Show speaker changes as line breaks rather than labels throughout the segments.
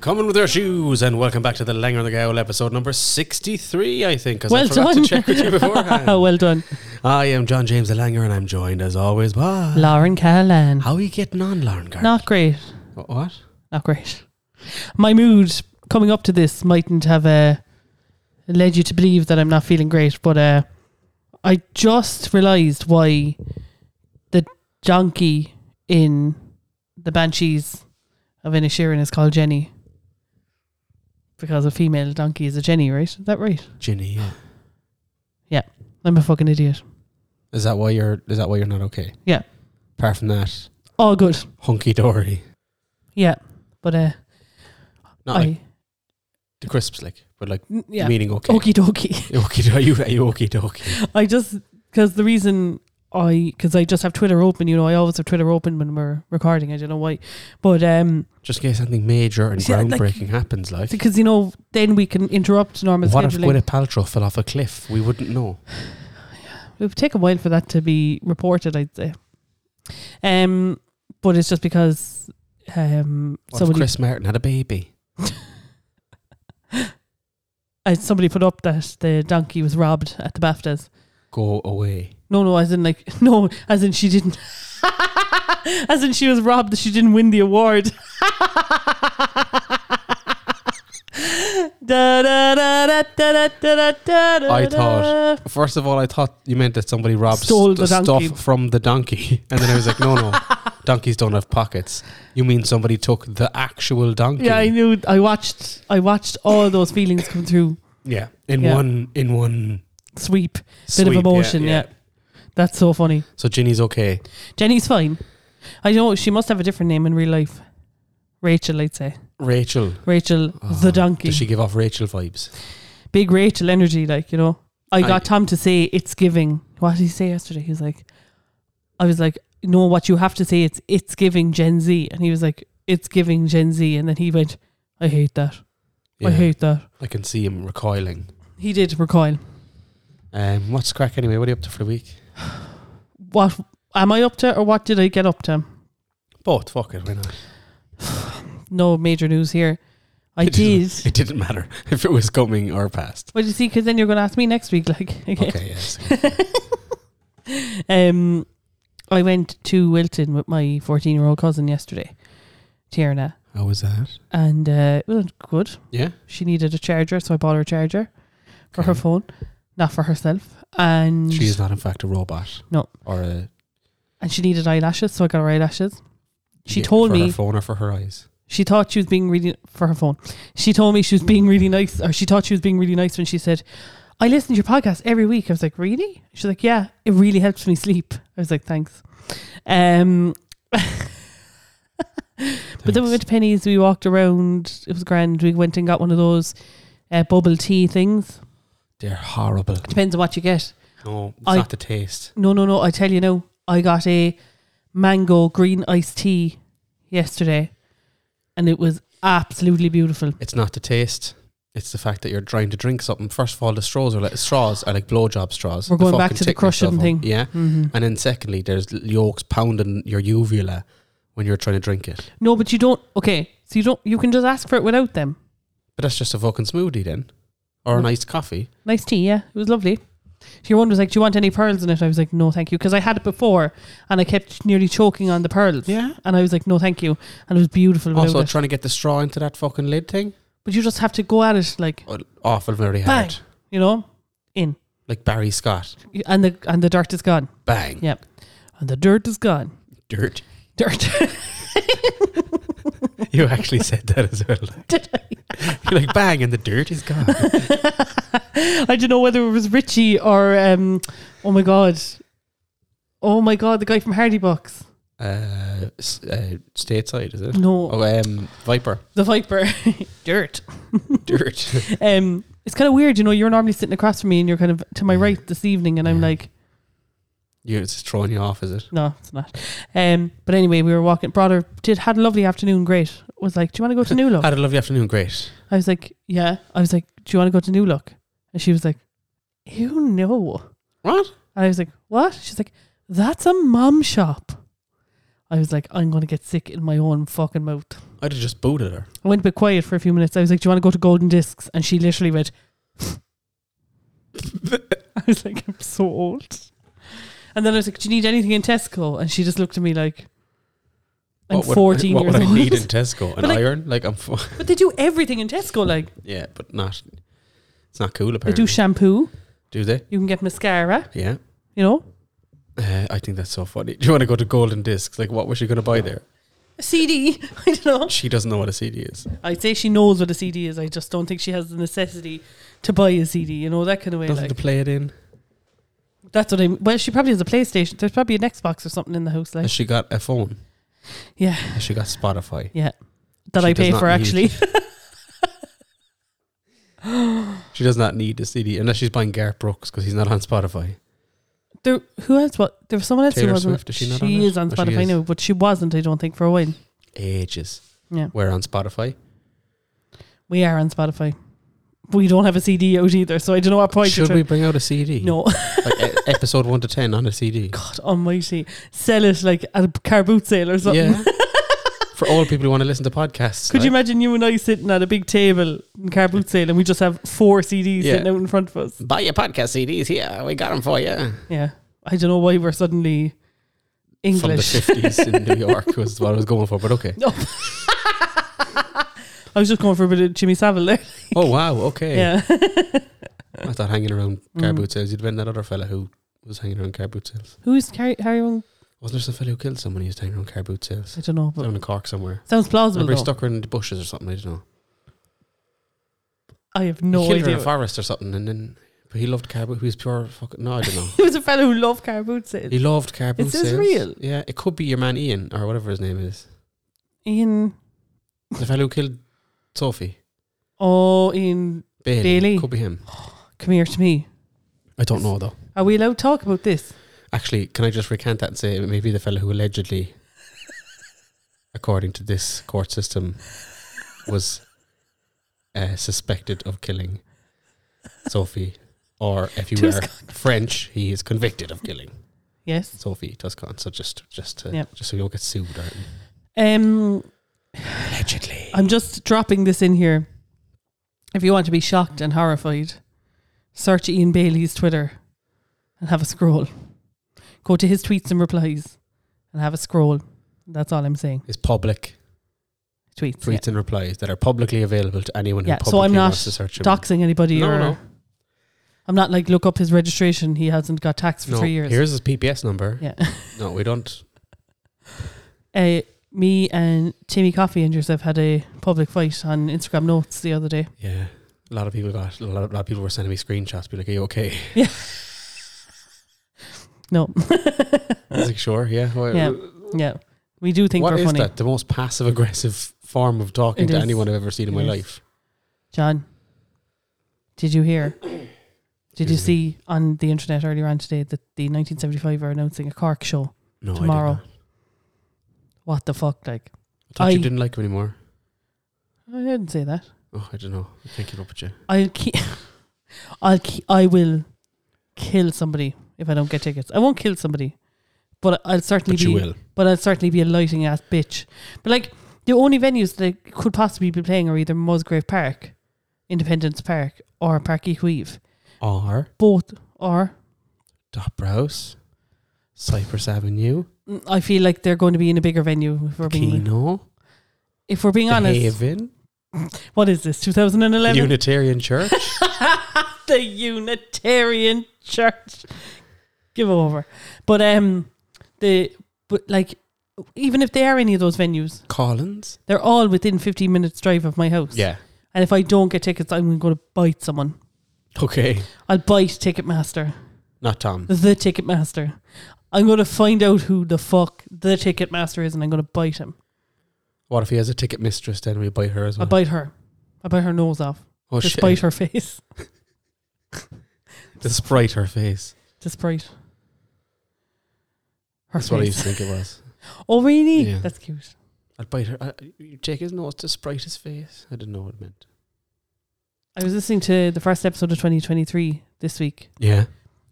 coming with their shoes, and welcome back to the Langer and the Gowl episode number 63, I think, because I
Well
forgot
done.
to check with you beforehand.
well done.
I am John James the Langer, and I'm joined as always by.
Lauren Callan.
How are you getting on, Lauren Gar?
Not great.
Wh- What?
Not great. My mood coming up to this mightn't have uh, led you to believe that I'm not feeling great, but uh, I just realised why the donkey in the Banshees of Inishirin is called Jenny. Because a female donkey is a Jenny, right? Is that right?
Ginny, yeah.
I'm a fucking idiot.
Is that why you're? Is that why you're not okay?
Yeah.
Apart from that,
All good.
hunky dory,
Yeah. But uh,
not like
I,
the crisps, like, but like
n- yeah.
meaning okay.
Okie dokie.
Okie dokie. Are you? Are you okie dokie?
I just because the reason I because I just have Twitter open. You know, I always have Twitter open when we're recording. I don't know why, but um,
Just in case something major and
See, like-
groundbreaking happens, like.
because you know, then we can interrupt normal
What if
scheduling.
Gwyneth Paltrow fell off a cliff? We wouldn't know.
It would take a while for that to be reported. I'd say, um, but it's just because um
What if
somebody
Chris Martin had a baby?
uh, somebody put up that the donkey was robbed at the Baftas.
Go away.
No, no, as in like no, as in she didn't. as in she was robbed that she didn't win the award. Da, da, da, da, da, da, da, da, da,
I
da.
thought- First of all, I thought you meant that somebody robbed
Stole the
st-
donkey.
stuff from the donkey, and then I was like, no, no, donkeys don't have pockets. You mean somebody took the actual donkey?
Yeah, I knew. I watched. I watched all those feelings come through.
Yeah, in
Yeah.
one, in one
Sweep, bit
sweep,
of emotion. Yeah, that's so funny.
So Ginny's okay.
Jenny's fine. I know she must have a different name in real life. Rachel, I'd say
Rachel,
Rachel
Oh,
the donkey.
Does she give off Rachel vibes?
big Rachel energy, like, you know. I got
I-
Tom to say it's giving. What did he say yesterday? He was like I was like, No, what you have to say it's it's giving Gen Z and he was like, It's giving Gen Z and then he went, I hate that. I
Yeah,
hate that.
I can see him recoiling.
He did recoil.
Um, what's crack anyway? What are you up to for the week?
What am I up to or what did I get up to?
Both. Fuck it. Why not?
No major news here. I
It
did.
didn't- It didn't matter if it was coming or past.
Well, you see, because then you're going to ask me next week. Like, okay.
Okay. Yes.
um, I went to Wilton with my 14 year old cousin yesterday, Tierna,
How was that?
and uh, it was good.
Yeah.
She needed a charger, so I bought her a charger for her
Okay.
phone, not for herself. And
She is not, in fact, a robot.
No.
Or a.
and she needed eyelashes, so I got her eyelashes. She
yeah,
told
for
me
Her phone or for her eyes.
she thought she was being really for her phone. She told me she was being really nice, or she thought she was being really nice when she said, "I listen to your podcast every week." I was like, "Really?" She's like, "Yeah, it really helps me sleep." I was like, "Thanks." Um, but then we went to Penny's. We walked around. It was grand. We went and got one of those uh, bubble tea things.
They're horrible.
Depends on what you get.
No, it's
I-
not the taste.
No, no, no. I tell you now, I got a mango green iced tea yesterday and it was absolutely beautiful.
It's not the taste. It's the fact that you're trying to drink something. First of all, the straws are like straws are like blowjob straws.
We're
They
going back
fucking
to the
tickle yourself
crushing
up.
thing.
Yeah.
Mm-hmm.
And then secondly, there's l- yolks pounding your uvula when you're trying to drink it.
No, but you don't. Okay. So you don't, you can just ask for it without them.
But that's just a fucking smoothie then, or an iced coffee.
Nice tea. Yeah. It was lovely. Your one was like, Do you want any pearls in it? I was like, No, thank you. Because I had it before and I kept nearly choking on the pearls.
Yeah.
And I was like, No, thank you. And it was beautiful. without
Also
it.
trying to get the straw into that fucking lid thing.
but you just have to go at it, like,
Oh, Awful, very
Bang.
hard.
you know, in.
Like Barry Scott.
And the, and the dirt is gone.
Bang.
And the dirt is gone.
Dirt.
Dirt.
You actually said that as well.
Did
You're like bang, and the dirt is gone.
I don't know whether it was Richie or um, oh my god, oh my god, the guy from Hardy Box.
Uh, s- uh, stateside, is it?
No,
Oh, um, Viper,
the Viper, dirt.
dirt.
Um, it's kind of weird, you know. You're normally sitting across from me, and you're kind of to my
Yeah.
right this evening, and I'm
Yeah.
like,
you it's throwing you off, is it?
no, it's not. Um, but anyway, we were walking. Brother did had a lovely afternoon. Great. Was like, do you want to go to New Look?
Oh. Had a lovely afternoon, great.
I was like, yeah. I was like, do you want to go to New Look? And she was like, you know.
What?
And I was like, what? She's like, that's a mum shop. I I was like, I'm going to get sick in my own fucking mouth.
I'd have just booted her.
I went a bit quiet for a few minutes. I was like, Do you want to go to Golden Discs? And she literally went, I was like, I'm so old. And then I was like, Do you need anything in Tesco? And she just looked at me like, I'm
What would-
14
what
years
would
old.
I need in Tesco? An
like-
iron? Like I'm. F-
but they do everything in Tesco. Like,
yeah, but not. It's not cool.
they
Apparently,
do shampoo,
do they?
you can get mascara,
Yeah.
you know,
Uh, I think that's so funny. Do you want to go to Golden Discs? Like, what was she going to buy there?
a CD. I don't know.
She doesn't know what a CD is.
I'd say she knows what a CD is. I just don't think she has the necessity to buy a CD, you know, that kind of way.
Nothing
Like,
to play it in.
that's what I mean. Well, she probably has a PlayStation. There's probably an Xbox or something in the house. Like,
Has she got a phone?
Yeah.
Has she got Spotify?
that
She
I
does
pay
not
for
need-
actually.
She does not need a CD unless she's buying Garth Brooks because he's not on Spotify.
There, who else? What? There was someone else who
Taylor
wasn't.
Swift, is she not on it?
is on
Or she
Spotify
is?
now, but she wasn't. I don't think for a while.
Ages.
Yeah.
We're on Spotify.
We are on Spotify. We don't have a CD out either, so I don't know what point.
Should
you're
we bring out a CD?
trying- No,
Like e- episode one to ten on a CD.
God Almighty, sell it like at a car boot sale or something.
Yeah. For all people who want to listen to podcasts.
Could you
like,
imagine you and I sitting at a big table in car boot sale and we just have four CDs
Yeah.
sitting out in front of us?
buy your podcast CDs here? We got them for you.
Yeah, I don't know why we're suddenly English.
From the 50s in New York was what I was going for, but okay.
No. I was just going for a bit of Jimmy Savile there.
Oh, wow. Okay.
Yeah.
I thought hanging around car
Mm.
boot sales, you'd been that other fella who was hanging around car boot sales.
Who is Harry? Harry? Wong?
Wasn't there some fella who killed someone he was hanging around car boot sales?
I don't know, but
Down in Cork somewhere.
Sounds plausible.
Remember he
Though.
stuck her in the bushes or something, I don't know.
I have
he
no
killed her in a
idea.
forest or something and then but he loved car boot he was pure fucking no, I don't know.
He was a fellow who loved car boot
He
sales.
loved car boot
Is this
sales.
real?
Yeah, it could be your man Ian or whatever his name is.
Ian,
The fellow who killed Sophie.
oh Ian,
Bailey.
Bailey.
Could be him.
come here to me.
I don't know though.
Are we allowed to talk about this?
Actually, can I just recant that and say maybe the fellow who allegedly, according to this court system, was uh, suspected of killing Sophie, or if you were French, he is convicted of killing
Yes.
Sophie Tuscan. So just, just, to,
Yep.
just so you don't get sued. Or,
Um,
allegedly,
I'm just dropping this in here. If you want to be shocked and horrified, search Ian Bailey's Twitter and have a scroll. Go to his tweets and replies and have a scroll. That's all I'm saying.
is public
Tweets.
tweets and replies that are publicly available to anyone who
Yeah, so
publicly
I'm not
wants to search
yeah.
him.
Doxing anybody
No,
or
no.
I'm not like look up his registration. He hasn't got taxed for
no,
three years.
here's his PPS number.
Yeah.
No, we don't.
uh, me and Timmy Coffee and yourself had a public fight on Instagram notes the other day.
Yeah. A lot of people got a lot of, lot of people were sending me screenshots, be like, Are you okay?
No,
I was like, sure, yeah. Why-
Yeah, yeah, we do think
Uh, what
we're
is
funny,
that? The most passive aggressive form of talking
It
to
is.
anyone I've ever seen in
It
my
is.
life.
John. Did you hear? Did you
Excuse me.
see on the internet earlier on today that the 1975 are announcing a Cork show?
No, I did
Tomorrow.
not.
What the fuck? Like,
I thought you
I-
didn't like him anymore.
I didn't say that.
Oh, I don't know. I can't keep up with you.
I'll keep. I'll keep. I will kill somebody if I don't get tickets. I won't kill somebody, but I'll certainly
But you
be.
will.
but I'd certainly be a lighting ass bitch. But like the only venues that I could possibly be playing are either Musgrave Park, Independence Park, or Parky Huive.
Or
Both are.
Dop House, Cypress Avenue,
mm, I feel like they're going to be in a bigger venue. If we're being,
Kino,
if we're being
The
honest,
Haven,
what is this? 2011.
Unitarian Church.
the Unitarian Church. Give over. But um, the but like even if they are any of those venues,
Collins.
they're all within 15 minutes drive of my house.
Yeah.
And if I don't get tickets, I'm going to bite someone.
Okay.
I'll bite Ticketmaster,
Not Tom.
the Ticketmaster. I'm going to find out who the fuck the Ticketmaster is and I'm going to bite him.
What if he has a ticket mistress then we bite her as
I'll
well?
bite her. I'll bite her nose off.
oh,
just
shit.
bite her face.
Just sprite her face.
Just bite. Her
That's what I
face.
used to think it was.
oh, really?
Yeah.
That's cute.
I'd bite her. I, you take his nose to sprite his face. I didn't know what it meant.
I was listening to the first episode of 2023 this week
Yeah.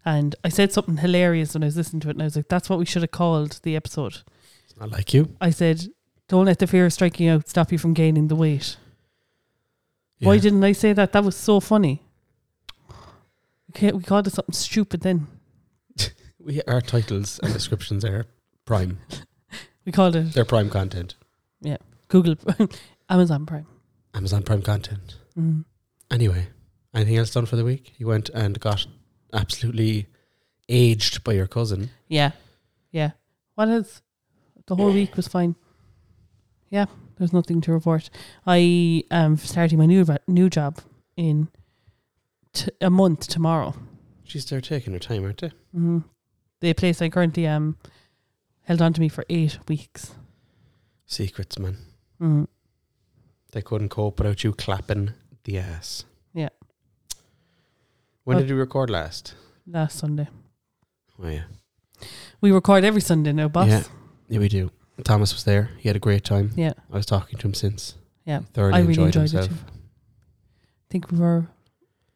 and I said something hilarious when I was listening to it and I was like, that's what we should have called the episode.
I like you.
I said, "Don't let the fear of striking out stop you from gaining the weight." Why
Yeah.
didn't I say that? That was so funny. We ca- we called it something stupid then.
we, our titles and descriptions are prime.
We called it
They're prime content.
Google, Amazon Prime.
Amazon Prime content.
Mm.
Anyway, anything else done for the week? You went and got absolutely aged by your cousin.
Yeah, yeah. What else? The whole week was fine. Yeah, there's nothing to report. I am starting my new va- new job in t- a month tomorrow.
She's there taking her time, aren't they?
Mm. The place I currently am held on to me for eight weeks.
Secrets, man.
Mm.
They couldn't cope without you clapping the ass.
Yeah.
When
Well-
did we record last?
Last Sunday,
Oh yeah.
we record every Sunday now, boss.
Yeah. Yeah, we do. Thomas was there. He had a great time.
Yeah.
I was talking to him since.
Yeah.
He thoroughly
I really
enjoyed,
enjoyed it
himself.
too. think we were.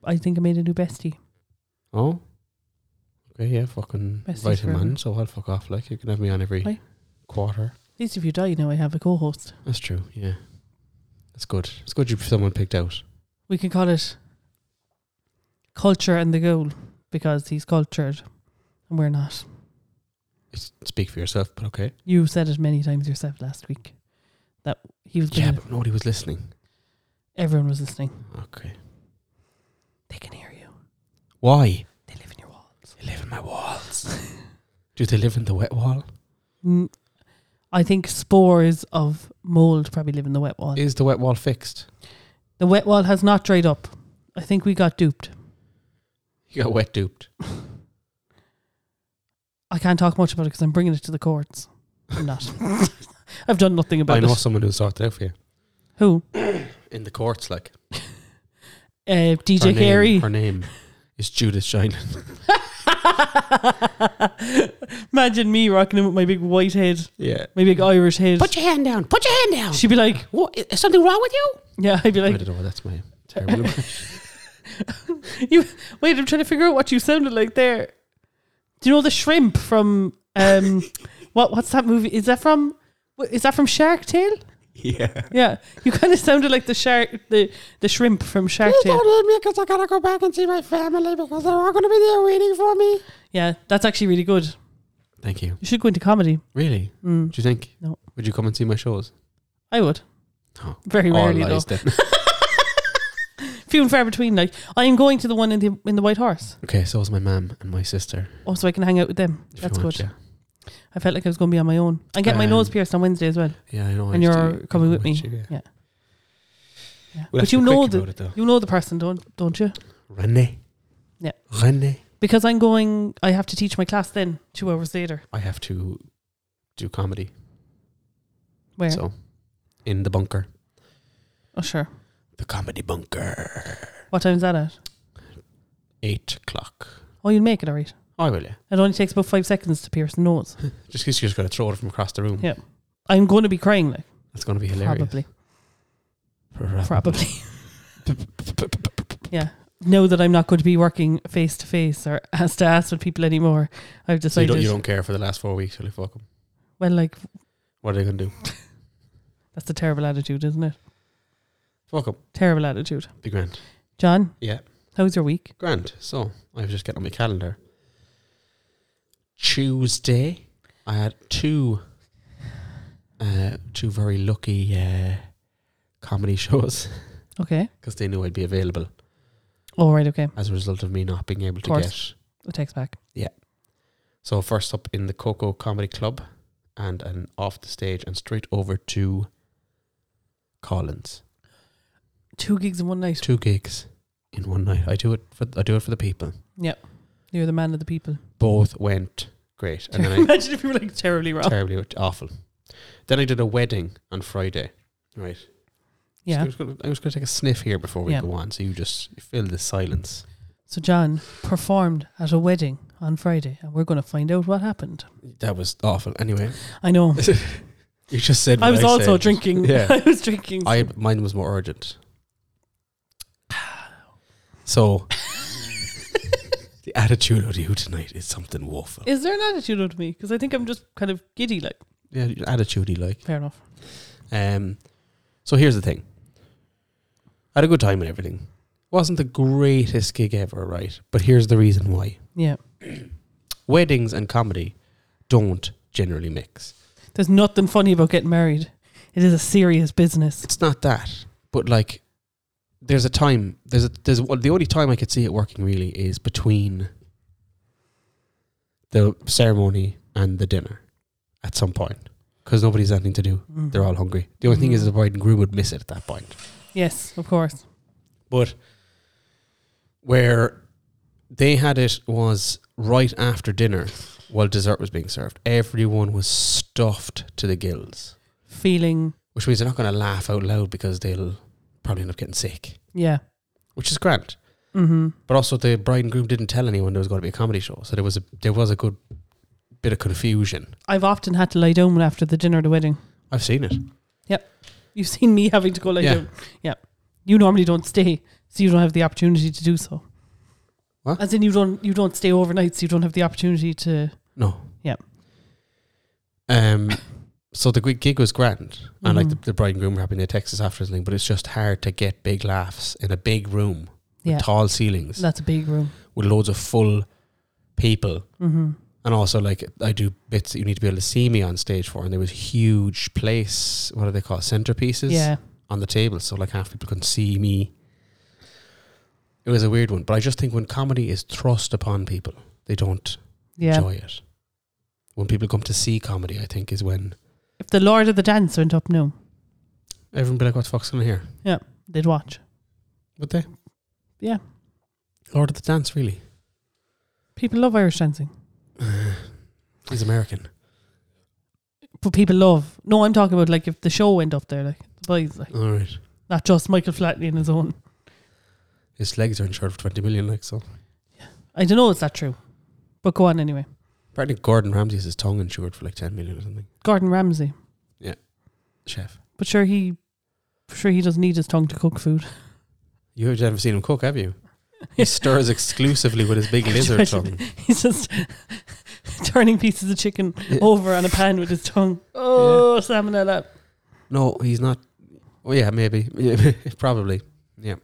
I think I made a new bestie.
Oh. Okay, yeah, fucking
Besties
invite him
forever.
on, so I'll fuck off. Like you can have me on every
Why?
quarter.
At least if you die, you know I have a co-host.
That's true, yeah. That's good. It's good you someone picked out.
We can call it culture and the goal because he's cultured and we're not.
It's, speak for yourself, but okay.
You said it many times yourself last week that he was.
Yeah,
Gonna,
but nobody was listening.
everyone was listening.
Okay.
They can hear you.
Why?
They live in your walls.
They live in my walls. do they live in the wet wall?
Mm, I think spores of mold probably live in the wet wall.
Is the wet wall fixed?
the wet wall has not dried up. I think we got duped.
You got wet duped.
I can't talk much about it because I'm bringing it to the courts. I'm not. I've done nothing about
I know
it.
someone who'll sort it out for you.
Who?
In the courts, like.
Uh,
her
DJ
name-
Carey.
Her name is Judith Shinen.
Imagine me rocking him with my big white head,
yeah.
my big Irish head.
Put your hand down. Put your hand down.
She'd be like,
What? Is something wrong with you?
"Yeah." I'd be
I
like,
don't know. That's my terrible.
"You wait. I'm trying to figure out what you sounded like there." Do you know the shrimp from um, what? What's that movie? Is that from? wh- Is that from Shark Tale?
yeah.
Yeah, you kind of sounded like the shark, the the shrimp from Shark
Please
Tale.
don't leave me because I gotta go back and see my family because they're all gonna be there waiting for me.
Yeah, that's actually really good.
Thank you.
You should go into comedy.
Really?
Mm,
Do you think?
No.
Would you come and see my shows?
I would.
Oh,
Very
All
rarely though.
lies then.
Few and far between. Like I am going to the one in the in the White Horse,
okay, so is my mum and my sister.
oh, so I can hang out with them.
if you
That's
want,
good. I felt like I was going to be on my own. I get my
Um,
nose pierced on Wednesday as well,
Yeah, yeah I know.
and
I have
you're
to- I
coming
know
with me.
what you-
yeah.
yeah.
Yeah.
We'll have
but
to
you
be
know
quick
the
about it, though.
you know the person, don't don't you?
Renee.
Yeah.
Renee.
Because I'm going. I have to teach my class then two hours later.
I have to do comedy.
Where?
So, in the bunker.
Oh sure.
The comedy bunker.
What time's that at?
Eight o'clock.
Oh, you'll make it, all right.
I will, yeah.
It only takes about five seconds to pierce the nose.
Just because you just got to throw it from across the room.
Yeah. I'm going to be crying, like
That's going to be hilarious.
probably,
Probably.
probably. yeah. Know that I'm not going to be working face to face or ass to ass with people anymore. I've
So you
decided.
don't, you don't care for the last four weeks, really? Fuck 'em.
Well, like
What are they going to do?
that's a terrible attitude, isn't it?
Fuck them.
Terrible attitude.
Be grand.
John,
Yeah.
how was your week?
Grand. So I was just getting on my calendar. Tuesday, I had two, uh, two very lucky uh, comedy shows
Okay.
because they knew I'd be available
All right. Okay.
as a result of me not being able to
Course.
get.
It takes back.
So first up in the Coco Comedy Club, and and off the stage and straight over to Collins.
Two gigs in one night.
Two gigs in one night. I do it for I do it for the people.
You're the man of the people.
Both went great, and then I
Imagine if you were like terribly wrong.
terribly awful. Then I did a wedding on Friday. Right. So I
yeah.
was gonna, I was going to take a sniff here before we
Yeah.
go on. So you just fill the silence.
So John performed at a wedding on Friday, and we're going to find out what happened.
That was awful. Anyway,
I know.
you just said.
I
what
was also
said.
drinking.
Yeah.
I was drinking.
I mine was more urgent. So the attitude of you tonight is something woeful.
Is there an attitude of me? Because I think I'm just kind of giddy. Like
yeah, your attitude he like.
Fair enough.
Um, so here's the thing. I had a good time and everything. Wasn't the greatest gig ever, right? But here's the reason why.
Yeah.
Weddings and comedy don't generally mix.
There's nothing funny about getting married. It is a serious business.
It's not that, but like, there's a time. There's a there's well, the only time I could see it working really is between the ceremony and the dinner, at some point, because nobody's anything to do.
Mm.
They're all hungry. The only thing is
Mhm.
the bride and groom would miss it at that point.
Yes, of course.
But where they had it was right after dinner while dessert was being served. Everyone was stuffed to the gills,
Feeling,
which means they're not going to laugh out loud because they'll probably end up getting sick,
yeah.
which is grand.
Mm-hmm.
But also, the bride and groom didn't tell anyone there was going to be a comedy show, so there was a there was a good bit of confusion.
I've often had to lie down after the dinner at a wedding.
I've seen it.
You've seen me having to go lie
Yeah.
down. Yeah. You normally don't stay, so you don't have the opportunity to do so.
What?
As in, you don't you don't stay overnight, so you don't have the opportunity to.
No.
Yeah.
Um. So the gig- gig was grand, and like the,
Mhm.
the bride and groom were happy they text us after something, but it's just hard to get big laughs in a big room with
Yeah.
tall ceilings
That's a big room.
with loads of full people,
Mm-hmm.
and also like I do bits that you need to be able to see me on stage for, and there was huge place. What are they called? Centerpieces
Yeah.
on the table, so like half people couldn't see me. It was a weird one, but I just think when comedy is thrust upon people, they don't
Yeah.
enjoy it. When people come to see comedy, I think is when
If the Lord of the Dance went up now,
everyone be like, "What the fuck's going on here?"
they'd watch.
Would they?
Yeah.
Lord of the Dance, really?
People love Irish dancing.
He's American.
But people love. No, I'm talking about like if the show went up there, like the boys, like
All right,
not just Michael Flatley and his own.
his legs are insured for twenty million, like so.
I don't know, is that true? But go on anyway.
Apparently, Gordon Ramsay has his tongue insured for like ten million or something.
Gordon Ramsay.
Chef,
But sure he sure he doesn't need his tongue to cook food.
you've never seen him cook, have you? He stirs exclusively with his big lizard tongue.
He's just turning pieces of chicken
Yeah.
over on a pan with his tongue. Oh salmonella.
No, he's not. Oh yeah, maybe, Yeah, probably, yeah.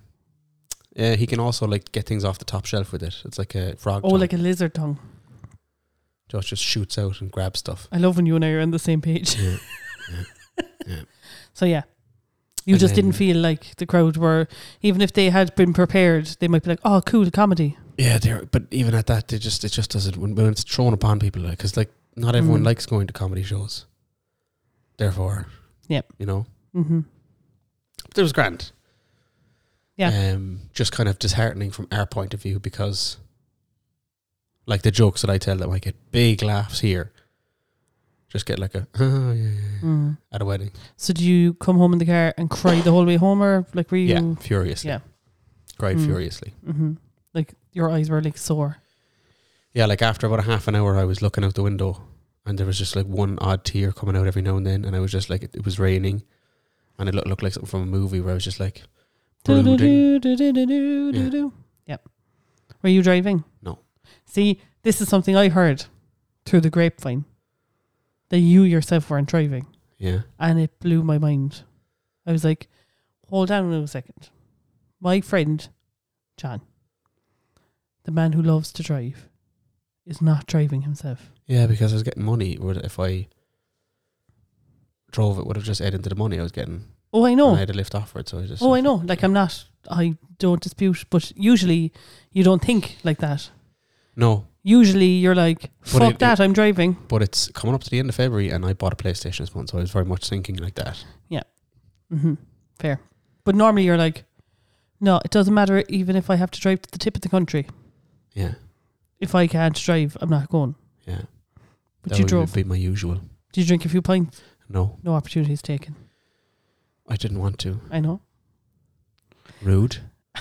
Yeah, he can also like get things off the top shelf with it. It's like a frog.
Oh,
tongue.
like a lizard tongue.
Josh just shoots out and grabs stuff.
I love when you and I are on the same page.
Yeah.
So yeah. You
And
just didn't
then-
feel like the crowd were even if they had been prepared, they might be like, Oh, cool comedy.
Yeah, they're, but even at that, they just it just doesn't when, when it's thrown upon people because like not everyone
Mm.
likes going to comedy shows. Therefore,
Yep.
you know,
Mm-hmm.
but it was grand.
Yeah.
um, just kind of disheartening from our point of view because, like the jokes that I tell them, I get big laughs here. Just get like a oh, yeah, yeah, yeah,"
Mm.
at a wedding.
So do you come home in the car and cry the whole way home or like were you
yeah, furiously.
yeah.
cried
Mm.
furiously.
hmm Like your eyes were like sore.
Yeah, like after about a half an hour, I was looking out the window, and there was just like one odd tear coming out every now and then, and I was just like, it, it was raining, and it looked, looked like something from a movie where I was just like, brooding.
Do-do-do-do-do-do-do. Yep. Were you driving?
No.
See, this is something I heard through the grapevine that you yourself weren't driving,
Yeah,
and it blew my mind. I was like, hold on a second. My friend, John, the man who loves to drive, is not driving himself.
yeah, because I was getting money. where If I drove, it would have just added to the money I was getting.
Oh, I know.
and I had to lift off it, so I just.
Oh, I know. Like I'm not. I don't dispute, but usually you don't think like that.
No,
Usually you're like,
But
"Fuck
it-
that! I'm driving."
but it's coming up to the end of February, and I bought a PlayStation this month, so I was very much thinking like that.
hmm Fair, but normally you're like, "No, it doesn't matter. Even if I have to drive to the tip of the country,
Yeah,
if I can't drive, I'm not going."
yeah.
But
that
you
would
drove.
be my usual.
Did you drink a few pints?
No,
No opportunities taken.
I didn't want to.
I know.
Rude.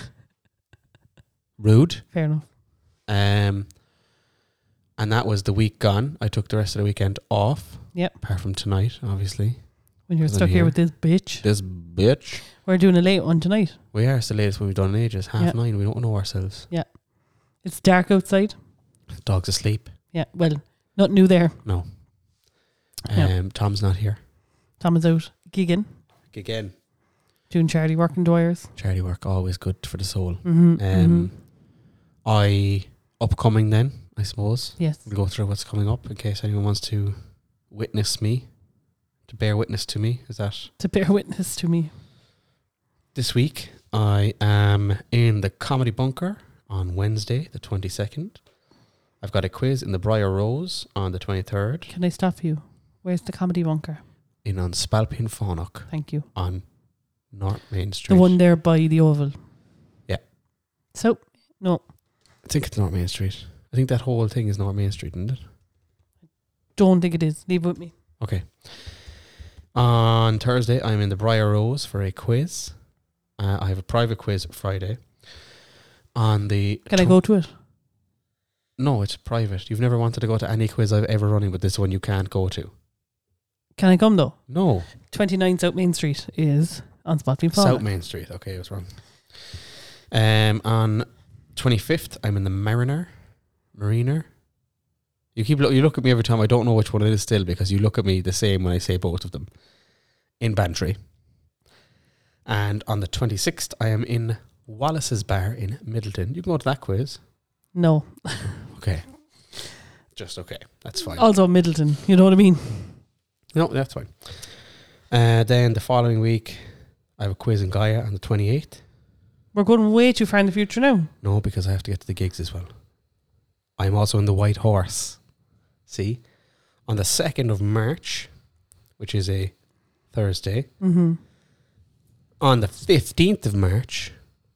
Rude.
Fair enough.
Um, and that was the week gone. I took the rest of the weekend off.
Yep.
Apart from tonight, obviously.
When you're
Doesn't
stuck here
hear.
with this bitch,
This bitch.
we're doing a late one tonight.
We are. It's the latest we've done in ages. Half
Yep.
nine. We don't know ourselves.
It's dark outside.
Dog's asleep.
Yeah. Well, not new there.
No. Um,
Yeah.
Tom's not here.
Tom is out gigging,
Again,
doing charity work in Dwyer's.
charity work always good for the soul.
Mm-hmm,
Um, I upcoming then, I suppose.
Yes.
We'll go through what's coming up in case anyone wants to witness me, to bear witness to me. Is that
To bear witness to me.
this week? I am in the comedy bunker on Wednesday, the twenty second. I've got a quiz in the Briar Rose on the twenty third,
Can I stop you? Where's the comedy bunker?
in on Spalpin Fonok
Thank you.
on North Main Street.
The one there by the Oval.
Yeah.
So,
I think it's North Main Street. I think that whole thing is North Main Street, isn't it?
don't think it is. Leave it with me.
Okay. On Thursday, I'm in the Briar Rose for a quiz. Uh, I have a private quiz Friday. On the
Can I go to it?
No, it's private. You've never wanted to go to any quiz I've ever run in, but this one you can't go to.
Can I come though?
No,
29 South Main Street is on Spotfield Park.
South Main Street. Okay, I was wrong. Um, on twenty fifth, I'm in the Mariner. Mariner. You keep look. You look at me every time. I don't know which one it is still because you look at me the same when I say both of them. In Bantry. And on the twenty sixth, I am in Wallace's Bar in Middleton. You can go to that quiz.
No.
Okay. Just okay. That's fine.
Also Middleton. You know what I mean?
No, that's fine. Uh, then the following week, I have a quiz in Gaia on the 28th.
We're going way too far in the future now.
No, because I have to get to the gigs as well. I'm also in the White Horse. See? On the 2nd of March, which is a Thursday,
Mm-hmm.
on the 15th of March,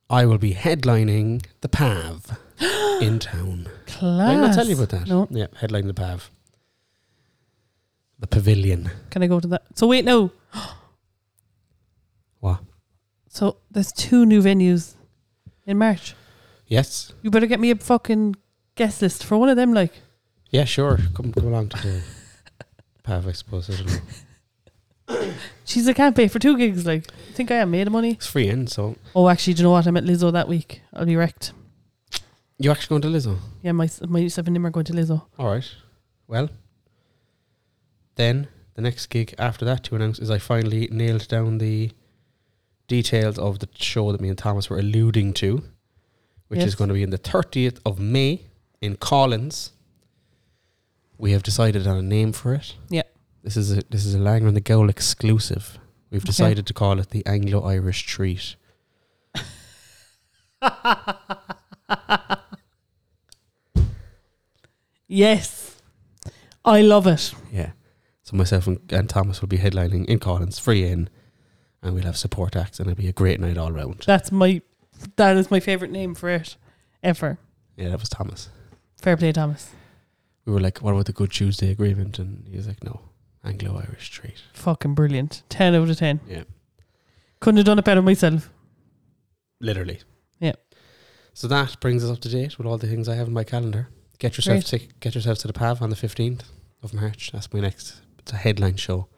I will be headlining the PAV in town.
Class.
I'm not telling you about that.
No.
Yeah, headlining the PAV. The Pavilion.
Can I go to that? So wait, no.
What?
So there's two new venues in March.
Yes?
You better get me a fucking guest list for one of them, like.
Yeah, sure. Come come along to the PAV, I suppose. I don't know.
She's I can't pay for two gigs, like. I think I am made of money.
It's free in, so
Oh, actually, do you know what? I'm at Lizzo that week. I'll be wrecked.
you actually going to Lizzo?
Yeah, my myself and him are going to Lizzo.
All right. Well, then the next gig after that to announce is I finally nailed down the details of the show that me and Thomas were alluding to, which
Yes.
is going to be in the 30th of May in Collins. We have decided on a name for it.
Yeah.
This is a this is a Langer and the Gowl exclusive. We've decided to call it the Anglo Irish Treat.
Yes. I love it.
Yeah. So myself and, and Thomas will be headlining in Collins, free in, and we'll have support acts, and it'll be a great night all round.
That's my that is my favorite name for it ever.
Yeah, that was Thomas.
Fair play, Thomas.
We were like, what about the Good Tuesday Agreement? And he was like, no, Anglo Irish treat.
Fucking brilliant. Ten out of ten.
Yeah.
Couldn't have done it better myself.
Literally.
Yeah.
So that brings us up to date with all the things I have in my calendar. Get yourself to, get yourself to the PAV on the 15th of March. That's my next it's a headline show.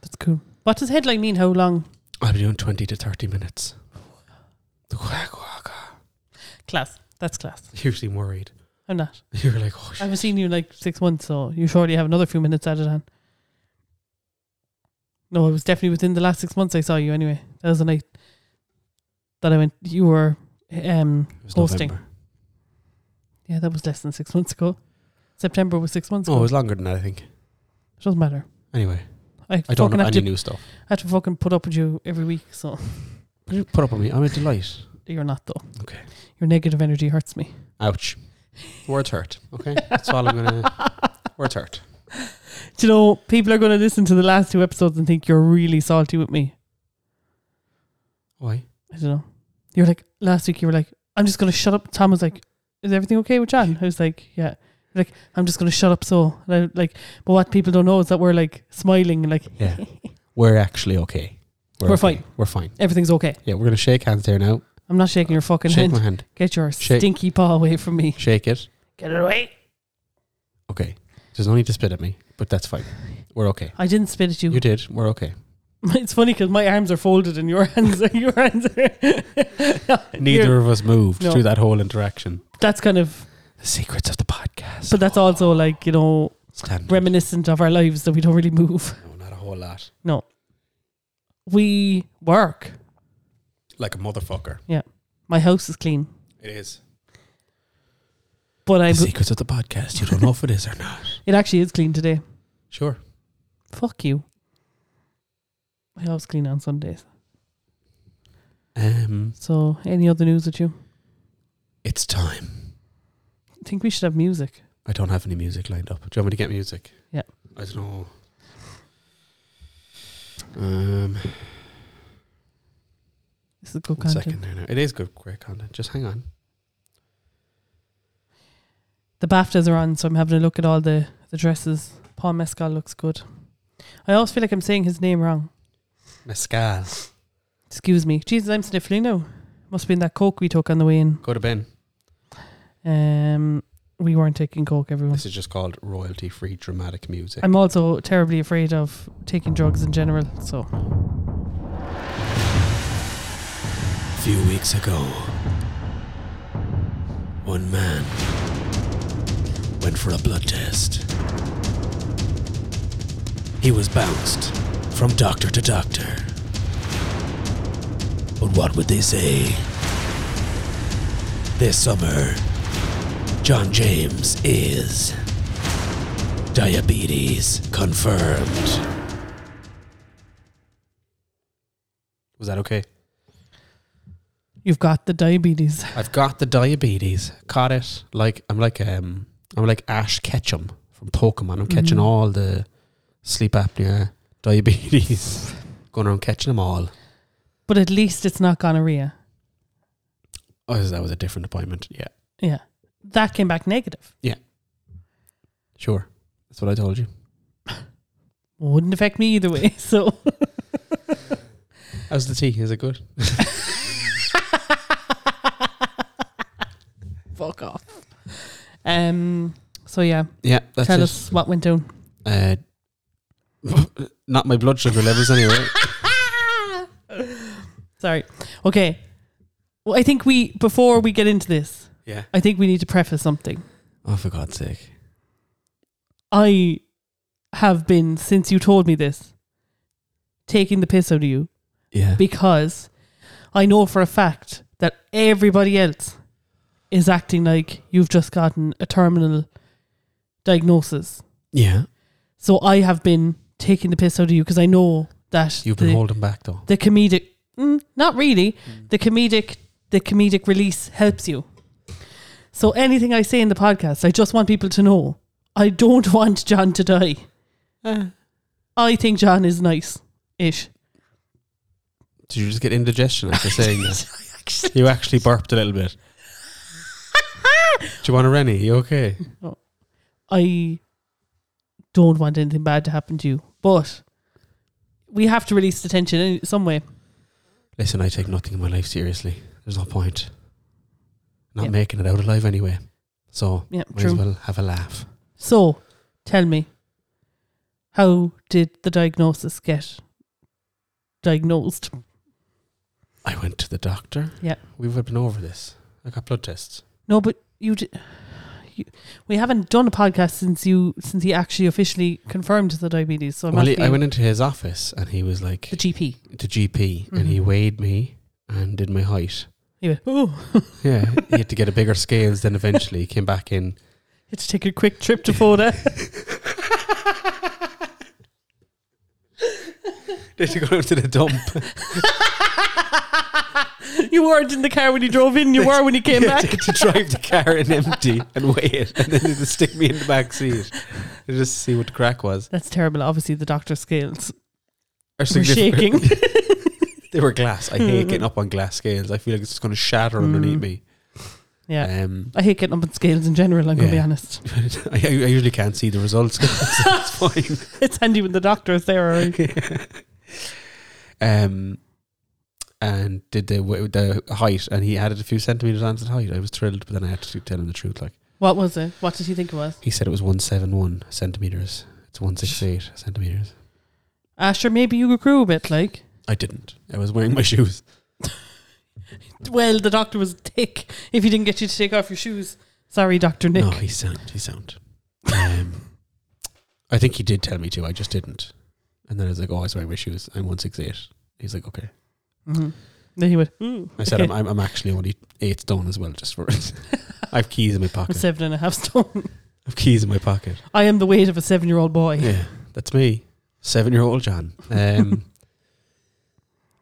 That's cool. What does headline mean? How long?
I'll be doing 20 to 30 minutes.
Class. That's class.
You seem worried.
I'm not.
You were like, oh,
I
shit.
haven't seen you in like six months, so you surely have another few minutes added on. No, it was definitely within the last six months I saw you anyway. That was the night that I went you were um
It was
hosting.
November.
Yeah, that was less than six months ago. September was six months
Oh,
ago.
it was longer than that, I think.
doesn't matter.
Anyway,
I,
I don't
fucking
know
have to
any new stuff.
I have to fucking put up with you every week, so
But you put up with me. I'm a delight.
you're not though.
Okay.
Your negative energy hurts me.
Ouch. Words hurt. Okay. That's all I'm going to. Words hurt.
Do you know, people are going to listen to the last two episodes and think you're really salty with me.
Why?
I don't know. You're like last week. You were like, I'm just going to shut up. Tom was like, Is everything okay with John? I was like, Yeah. You're like I'm just going to shut up. So and I, like, but what people don't know is that we're like smiling and like
Yeah. We're actually okay.
We're
okay.
fine.
We're fine.
everything's okay.
Yeah, we're gonna shake hands there now.
I'm not shaking your fucking
shake
hand.
my hand.
Get your
Shake-
stinky paw away from me.
Shake it.
Get it away.
Okay. There's no need to spit at me, but that's fine. We're okay.
I didn't spit at you.
You did. We're okay.
It's funny because my arms are folded and your hands are your hands are.
Neither of us moved
No.
through that whole interaction.
that's kind of,
The secrets of the podcast.
but that's also like you know
Standard.
reminiscent of our lives that we don't really move.
no, not a whole lot.
No. We work.
Like a motherfucker.
Yeah. My house is clean.
It is.
But I
The secrets of the podcast. You don't know if it is or not.
it actually is clean today.
Sure.
Fuck you. My house clean on Sundays.
Um,
So any other news with you?
it's time.
I think we should have music.
I don't have any music lined up. Do you want me to get music?
Yeah.
I don't know. Um,
This is good
one
content.
second there now. It is good, great content. Just hang on.
The BAFTAs are on, so I'm having a look at all the, the dresses. Paul Mescal looks good. I always feel like I'm saying his name wrong.
Mescal.
Excuse me. Jesus, I'm sniffling now. Must have been that coke we took on the way in.
Go to Ben.
Um, we weren't taking coke, everyone.
This is just called royalty free dramatic music.
I'm also terribly afraid of taking drugs in general, so
A few weeks ago, one man went for a blood test. He was bounced from doctor to doctor. But what would they say? This summer, John James is diabetes confirmed. Was that okay?
you've got the diabetes.
I've got the diabetes. Caught it. Like I'm like um I'm like Ash Ketchum from Pokemon. I'm catching
Mhm.
all the sleep apnea, diabetes. Going around catching them all.
But at least it's not gonorrhea.
Oh, that was a different appointment. Yeah,
Yeah. That came back negative.
sure. That's what I told you.
Wouldn't affect me either way. So
How's the tea? Is it good?
fuck off. Um so yeah,
Yeah, that's
tell
it.
us what went down.
Uh, not my blood sugar levels anyway.
Sorry. Okay. Well, I think we before we get into this,
yeah.
I think we need to preface something.
Oh, for God's sake.
I have been since you told me this taking the piss out of you
Yeah.
because I know for a fact that everybody else is acting like you've just gotten a terminal diagnosis.
yeah.
So I have been taking the piss out of you because I know that
You've been
the,
holding back though.
the comedic, mm, not really, the comedic, the comedic release helps you. So anything I say in the podcast, I just want people to know I don't want John to die.
Uh,
I think John is nice ish.
Did you just get indigestion after saying this? you actually burped a little bit. Do you want a Rennie? You okay?
I don't want anything bad to happen to you, but we have to release the tension in some way.
Listen, I take nothing in my life seriously. There's no point. Not
Yep.
making it out alive anyway. So
Yeah,
might
true.
as well have a laugh.
So, tell me, how did the diagnosis get diagnosed?
I went to the doctor.
Yeah.
We've been over this. I got blood tests.
No, but you, di- you we haven't done a podcast since you since he actually officially confirmed the diabetes. So I'm
Well, he-
asking
I went into his office and he was like
the GP.
the GP and he
Mhm.
weighed me and did my height.
He went, oh,
Yeah, he had to get a bigger scales. Then eventually he came back in.
let's take a quick trip to Florida.
Did you go out to the dump?
you weren't in the car when he drove in. You were when he came
Yeah,
back.
to, to drive the car in empty and weigh it, and then they just stick me in the back seat and just see what the crack was.
That's terrible. Obviously, the doctor scales
Or
were
signif-
shaking.
they were glass. I hate getting up on glass scales. I feel like it's just going to shatter underneath
Mm.
me.
yeah,
Um,
I hate getting up on scales in general. I'm gonna be
Yeah.
honest.
I, I usually can't see the results. That's fine.
It's handy when the doctor is there. Or
um, and did the wa- the height, and he added a few centimeters onto the height. I was thrilled, but then I had to tell him the truth. Like
what was it? What did he think it was?
he said, it was one seven one centimeters. It's one six eight centimeters.
Ah, sure, maybe you grew a bit. Like,
I didn't. I was wearing my shoes.
well, the doctor was thick. If he didn't get you to take off your shoes, sorry, Doctor Nick.
No, he's sound. He's sound. Um, I think he did tell me to. I just didn't. And then I was like, "Oh, I was wearing my shoes. I'm one six eight. He's like, "Okay."
Mm-hmm. Then he went, Ooh,
I said,
okay.
I'm, "I'm I'm actually only eight stone as well, just for I've keys in my
I'm
pocket.
seven and a half stone.
I've keys in my pocket.
I am the weight of a seven year old boy.
Yeah, that's me, seven year old John. Um,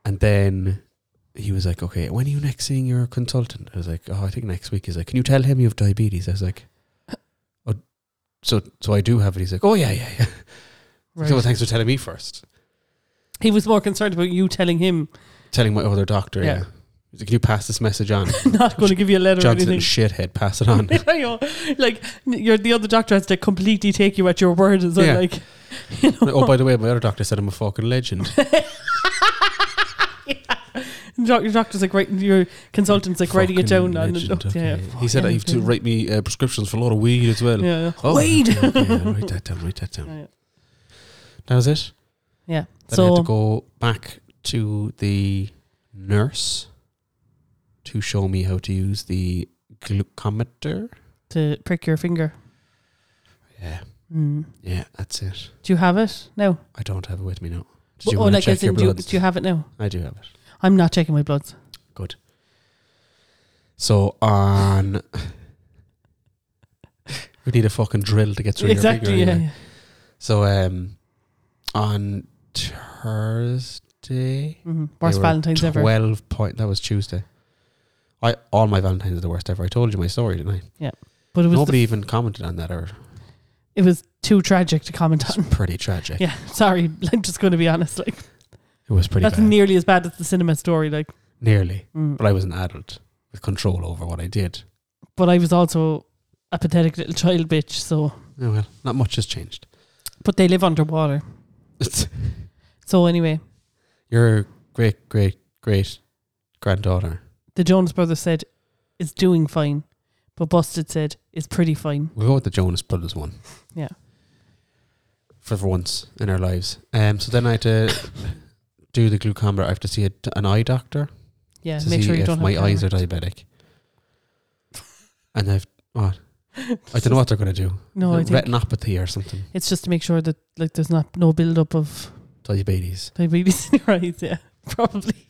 and then he was like, "Okay, when are you next seeing your consultant?" I was like, "Oh, I think next week." He's like, "Can you tell him you have diabetes?" I was like, "Oh, so so I do have it." He's like, "Oh yeah, yeah, yeah."
Right.
So well, thanks for telling me first.
He was more concerned about you telling him
Telling my other doctor,
Yeah.
yeah. He's like, Can you pass this message on?
not going to give you a letter or
Johnson
anything.
shithead, pass it on.
I know. like you're the other doctor has to completely take you at your word as well.
Yeah.
Like
oh, by the way, my other doctor said I'm a fucking legend.
doc- your doctor's like writing your consultant's like writing it
Fucking
down on and
legend,
oh, yeah,
okay.
fuck
He said
yeah,
I have to
yeah.
write me uh, prescriptions for a lot of weed as well.
Yeah.
Oh,
Weed.
okay, okay, yeah, write that down. Write that down.
Yeah.
That was it.
yeah.
Then I had to
So
go back to the nurse to show me how to use the glucometer.
to prick your finger.
Yeah,
Mm.
yeah, that's it.
Do you have it? No.
I don't have it with me now. Did
Well,
you
oh,
want to
like
check
as
your
in, do you,
bloods?
do you have it now?
I do have it.
I'm not checking my bloods.
So on, we need a fucking drill to get through
Exactly.
your
Yeah,
finger. anyway.
yeah.
So um, on Thursday,
Mhm. Worst Valentine's
twelve
ever.
Twelve point. That was Tuesday. I all my Valentines are the worst ever. I told you my story, didn't I?
But it was
Nobody
the,
even commented on that. Or
it was too tragic to comment
it's
on.
pretty tragic.
Yeah, sorry. I'm just going to be honest. Like
It was pretty
that's
bad.
nearly as bad as the cinema story. Like,
nearly.
mm.
But I was an adult with control over what I did.
but I was also a pathetic little child bitch. So,
Oh well, not much has changed.
but they live underwater. So anyway,
Your great great great granddaughter.
the Jones brothers said is doing fine, but Busted said is pretty fine.
We'll go with the Jonas Brothers one.
Yeah.
For, for once in our lives. Um. So then I had to do the glucometer. I have to see a, an eye doctor
Yeah,
to
make
see
sure you
if
don't.
my
have
eyes are
cataracts.
diabetic. and I've what? I don't know what they're gonna do.
No, I think
retinopathy or something.
it's just to make sure that like there's not no build up of
Diabetes.
diabetes in your eyes. Yeah, probably.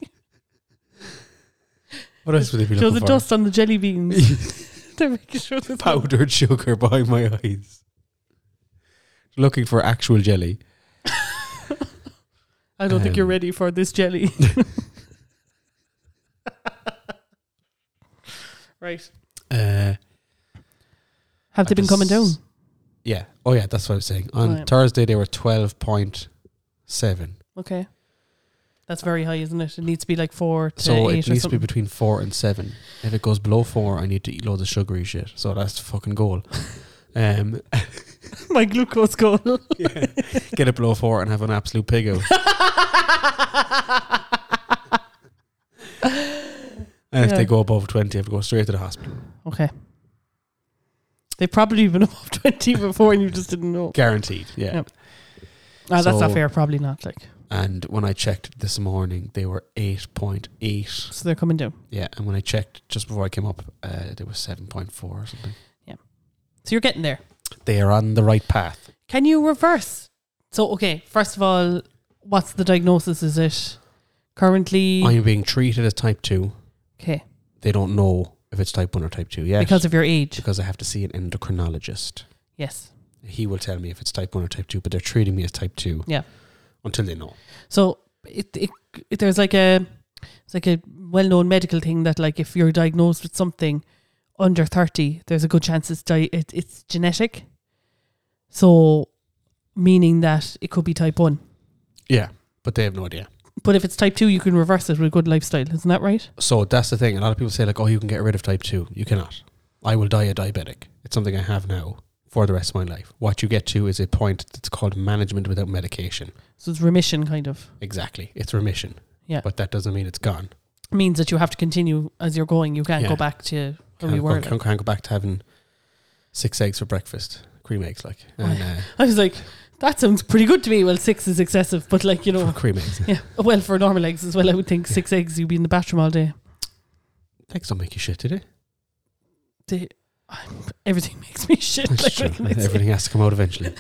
What else would they be
Show the
looking for?
dust on the jelly beans. They're making sure there's no-
Powdered sugar behind my eyes. Looking for actual jelly.
I don't think you're
Um,
ready for this jelly. right.
Uh,
Have they been coming down?
Yeah. Oh yeah, that's what I was saying. On
Right.
Thursday they were twelve point seven.
Okay. That's very high, isn't it? It needs to be like four to
So
eight
it
or
needs to be
something.
between four and seven. If it goes below four, I need to eat loads of sugary shit. So that's the fucking goal. Um,
My glucose goal.
get it below four and have an absolute pig out. And if
Yeah.
they go above twenty, I have to go straight to the hospital.
okay. They've probably been above twenty before, and you just didn't know.
Guaranteed. Yeah.
Yep. Ah, that's not
So-
fair. Probably not. Like,
And when I checked this morning, they were eight point eight.
so they're coming down.
Yeah. And when I checked just before I came up, uh, they were seven point four or something.
So you're getting there.
They are on the right path.
Can you reverse? So, okay, first of all, what's the diagnosis? Is it currently
I'm being treated as type two.
okay
They don't know if it's type one or type two yet
because of your age?
because I have to see an endocrinologist.
Yes.
He will tell me if it's type one or type two, but they're treating me as type two.
Yeah.
Until they know.
So it, it, it there's like a it's like a well-known medical thing that like if you're diagnosed with something under 30 there's a good chance it's di- it, it's genetic so meaning that it could be type 1
Yeah. But they have no idea.
but if it's type 2 you can reverse it with good lifestyle isn't that right
So that's the thing. A lot of people say like, "Oh, you can get rid of type two. You cannot. I will die a diabetic. It's something I have now for the rest of my life." What you get to is a point that's called management without medication.
so it's remission kind of
Exactly. It's remission.
Yeah.
But that doesn't mean it's gone.
means that you have to continue as you're going you can't
Yeah.
go back to where we
Can't go,
were
can't, can't go back to having six eggs for breakfast, cream eggs, like
Oh,
and uh,
i was like that sounds pretty good to me well six is excessive but like you know
cream eggs.
yeah well for normal eggs as well i would think six eggs you'd be in the bathroom all day
Eggs don't make you shit, do they?
They- everything makes me shit.
That's
like,
true.
I can
Everything has to come out eventually.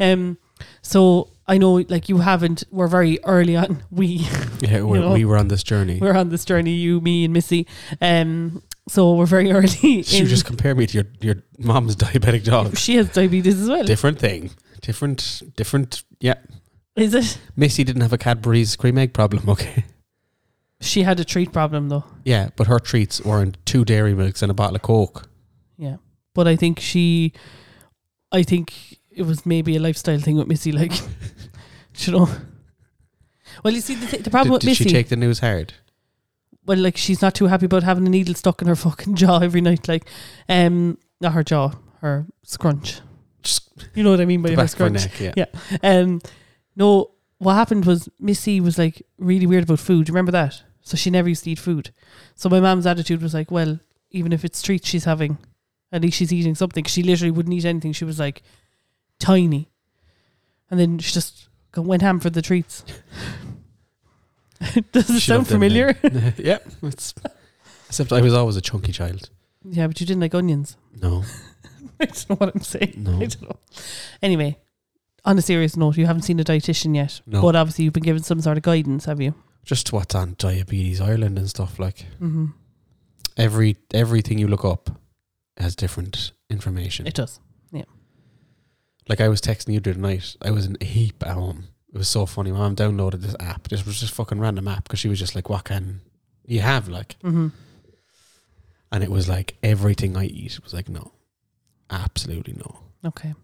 Um, so I know, like you haven't. We're very early on. We
Yeah, we're,
know.
we were on this journey.
we're on this journey. You, me, and Missy. Um, so we're very early.
You
in- Oh,
just compare me to your, your mom's diabetic dog.
she has diabetes as well.
different thing. Different, different. Yeah.
Is it?
Missy didn't have a Cadbury's cream egg problem, okay?
She had a treat problem though.
Yeah, but her treats weren't two dairy milks and a bottle of Coke.
Yeah, but I think she, I think it was maybe a lifestyle thing with Missy. Like, you know. Well, you see, the, th- the problem
Did,
with
did
Missy.
she take the news hard?
well, like she's not too happy about having a needle stuck in her fucking jaw every night. Like, um, not her jaw, her scrunch.
Just
You know what I mean by
the
her
back of her
scrunch.
neck, yeah.
Yeah. Um, no, what happened was Missy was like really weird about food. Remember that? So she never used to eat food. So my mom's attitude was like, well, even if it's treats she's having, at least she's eating something. She literally wouldn't eat anything. She was like tiny, and then she just go- went ham for the treats. Does it
She
sound
loved them
familiar?
then. yeah. It's, except I was always a chunky child.
yeah, but you didn't like onions.
No,
I don't know what I'm saying. I
no.
don't know. Anyway, on a serious note, you haven't seen a dietitian yet,
No.
but obviously you've been given some sort of guidance, have you?
Just what's on Diabetes Ireland and stuff like.
Mm-hmm.
Every everything you look up has different information.
It does.
Like I was texting you the other night. I was in a heap at home. It was so funny. My mom downloaded this app. This was just fucking random app because she was just like, "What can you have?" Like,
Mm-hmm.
and it was like everything I eat was like, no, absolutely no.
Okay.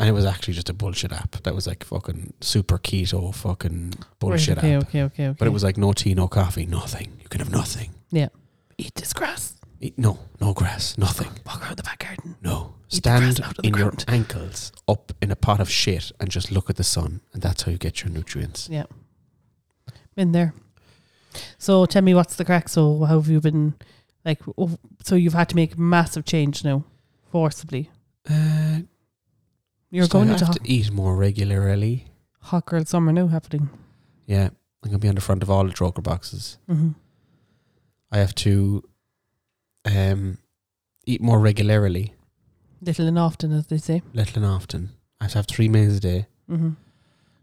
And it was actually just a bullshit app that was like fucking super keto, fucking bullshit
okay,
app.
okay, okay, okay.
But it was like no tea, no coffee, nothing. You can have nothing.
eat this grass.
Eat, no, no grass, nothing.
Walk around the back garden.
No.
Eat the grass
Stand
out of the
in your
ground.
ankles up in a pot of shit and just look at the sun. And that's how you get your nutrients.
Been there. So tell me what's the crack. So how have you been? Like, oh, so you've had to make massive change now, forcibly.
Uh,
You're
so
going
I
into
have
hot,
to eat more regularly.
hot girl summer now happening.
Yeah. I'm going to be on the front of all the troker boxes.
Mm-hmm.
I have to um, eat more regularly,
Little and often, as they say.
little and often. I have to have three meals a day.
Mm-hmm.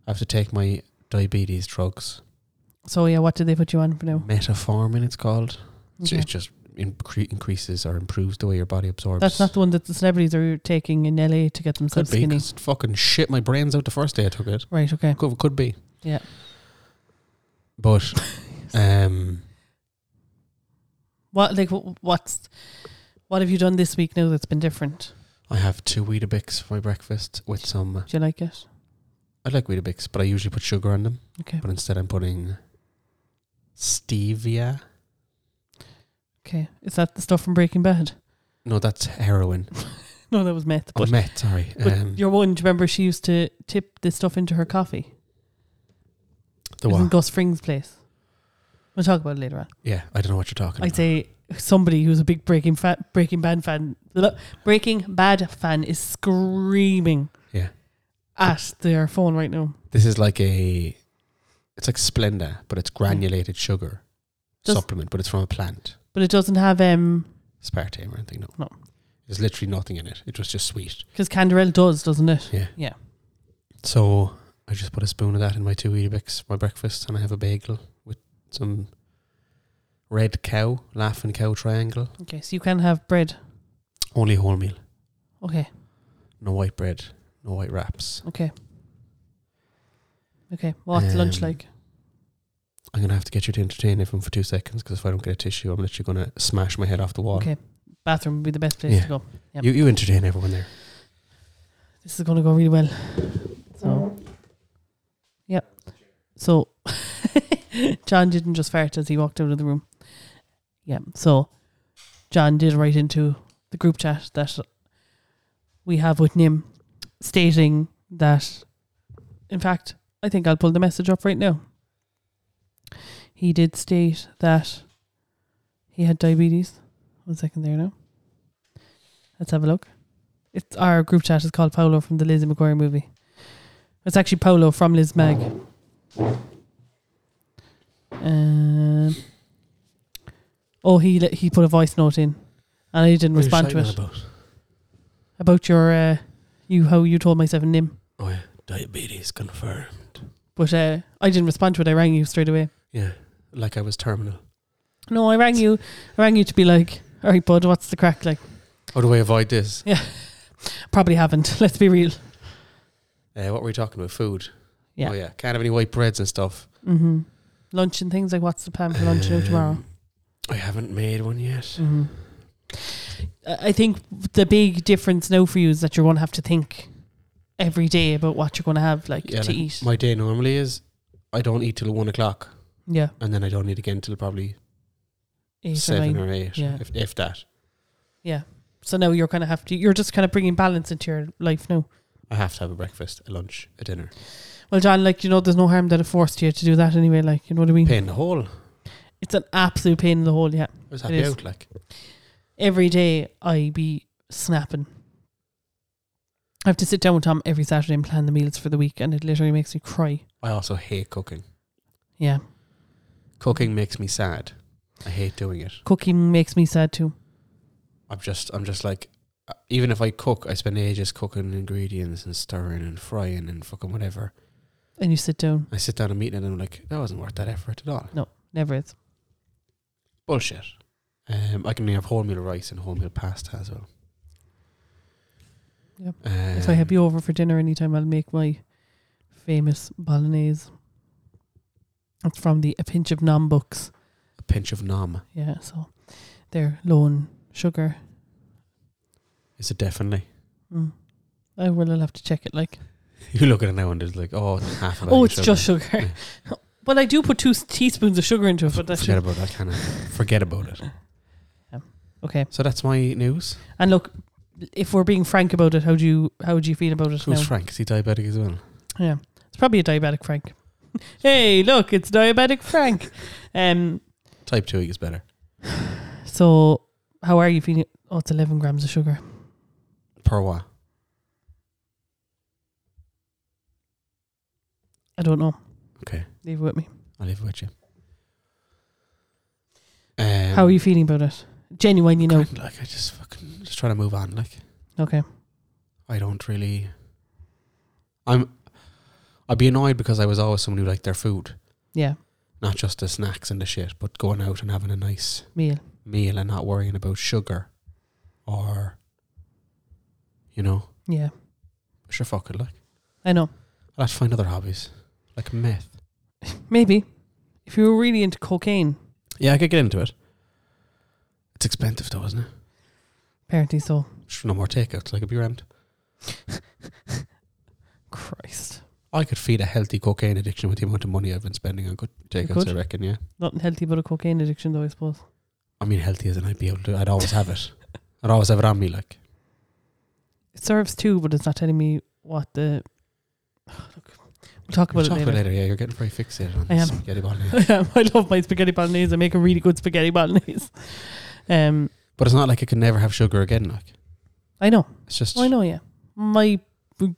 I have to take my diabetes drugs.
So yeah, what did they put you on for now?
Metformin, it's called. So
Okay.
It just incre- increases or improves the way your body absorbs.
That's not the one that the celebrities are taking in LA to get
could
themselves
be
skinny.
'cause it fucking shit my brains out the first day I took it.
Right, okay.
Could, could be.
Yeah.
But um,
What like wh- what's what have you done this week now that's been different?
I have two Weetabix for my breakfast with some.
Do you like it?
I like Weetabix, but I usually put sugar on them.
Okay.
But instead, I'm putting stevia.
Okay. Is that the stuff from Breaking Bad?
No, that's heroin.
No, that was meth.
Oh,
But,
meth, sorry.
but
um,
your one, do you remember she used to tip this stuff into her coffee?
the
It was in
what?
Gus Fring's place. We'll talk about it later on.
Yeah, I don't know what you're talking
I'd
about.
say somebody who's a big Breaking fa- Breaking Bad fan, look, Breaking Bad fan, is screaming
Yeah.
at their phone right now.
This is like a, it's like Splenda, but it's granulated sugar
Does-
supplement, but it's from a plant,
But it doesn't have um
aspartame or anything. No,
No.
there's literally nothing in it. It was just sweet.
because Canderel does, doesn't it?
Yeah,
Yeah.
So I just put a spoon of that in my two Weetabix for my breakfast, and I have a bagel with some red cow, laughing cow triangle,
Okay, so you can have bread.
only wholemeal,
Okay,
no white bread, no white wraps.
okay. Okay, what's lunch
Um,
like?
I'm gonna have to get you to entertain everyone for two seconds because if I don't get a tissue, I'm literally gonna smash my head off the wall.
Okay. Bathroom would be the best place
yeah.
to go. Yep.
You you entertain everyone there.
This is going to go really well. So, yep. So, John didn't just fart as he walked out of the room. Yeah, so John did write into the group chat that we have with Nim stating that, in fact, I think I'll pull the message up right now. He did state that he had diabetes. One second there now. Let's have a look. It's our group chat is called Paolo from the Lizzie McGuire movie. It's actually Paolo from Liz Mag. Um, oh, he let- he put a voice note in, and I didn't respond to it. About, your uh, you how you told my seven name,
Oh yeah, diabetes confirmed.
but uh, I didn't respond to it. I rang you straight away.
Yeah, like I was terminal.
No, I rang you. I rang you to be like, all right, bud, what's the crack? Like,
How do I avoid this?
probably haven't. Let's be real.
Uh, what were we talking about? Food.
Yeah.
Oh yeah, can't have any white breads and stuff.
Mm-hmm. Lunch and things like, what's the plan for lunch now tomorrow?
Um, I haven't made one yet.
Mm-hmm. I I think the big difference now for you is that you're going to have to think every day about what you're going to have, like
Yeah,
to
like,
eat.
My day normally is I don't eat till one o'clock,
yeah,
and then I don't eat again till probably
eight or
seven
nine.
or eight,
yeah.
if if that.
So now you're kind of have to. You're just kind of bringing balance into your life now.
I have to have a breakfast, a lunch, a dinner.
Well, John, like you know, there's no harm that it forced you to do that anyway. Like you know what I mean?
Pain in the hole. I
It's an absolute pain in the hole. Yeah.
was
It
happy
is.
out like.
every day I be snapping. I have to sit down with Tom every Saturday and plan the meals for the week, and it literally makes me cry.
I also hate cooking.
Yeah,
Cooking makes me sad. I hate doing it.
cooking makes me sad too.
I'm just, I'm just like, uh, even if I cook, I spend ages cooking ingredients and stirring and frying and fucking whatever.
And you sit down,
I sit down and eat it and I'm like, that wasn't worth that effort at all.
never is.
Bullshit. Um, I can have wholemeal rice and wholemeal pasta as well.
Yep.
Um,
if I have you over for dinner anytime, I'll make my famous bolognese. It's from the A Pinch of Nom books.
a pinch of nom
Yeah, so they're low in sugar.
is it definitely?
Mm. I will. I'll have to check it. Like,
You look at it now and it's like, oh, it's half of
oh,
any
it's
sugar.
just sugar. well, I do put two s- teaspoons of sugar into it, but that's
forget about that kind of forget about it.
okay.
So that's my news.
And look, if we're being frank about it, how do you how do you feel about it
Who's
now?
Frank? Is he diabetic as well?
yeah, it's probably a diabetic Frank. hey, look, it's diabetic Frank. um,
Type two is better.
so how are you feeling? Oh, it's eleven grams of sugar.
Per what?
I don't know.
Okay.
leave it with me.
I live with you. Um,
how are you feeling about it? Genuinely, no.
kind of Like I just fucking just trying to move on. Like
Okay.
I don't really. I'm. I'd be annoyed because I was always someone who liked their food,
Yeah,
not just the snacks and the shit, but going out and having a nice
meal.
meal and not worrying about sugar, or. You know,
Yeah,
sure, fuck it. Like
I know.
I'll have to find other hobbies, like meth.
Maybe if you were really into cocaine,
Yeah, I could get into it. It's expensive though, isn't it?
apparently so. Christ.
Just no more takeouts. Like it'd be grand. I could feed a healthy cocaine addiction with the amount of money I've been spending on good takeouts.
could.
I reckon. Yeah.
Not healthy, but a cocaine addiction, though, I suppose.
I mean, healthy as in I'd be able to. I'd always have it. I'd always have it on me. Like
It serves two, but it's not telling me what the. Look, we'll talk
we'll
about
talk
it
about it
later.
later. Yeah, you're getting very fixated on
I am.
spaghetti bolognese.
I love my spaghetti bolognese. I make a really good spaghetti bolognese. Um,
But it's not like I can never have sugar again. Like
I know,
it's just
I know. Yeah, my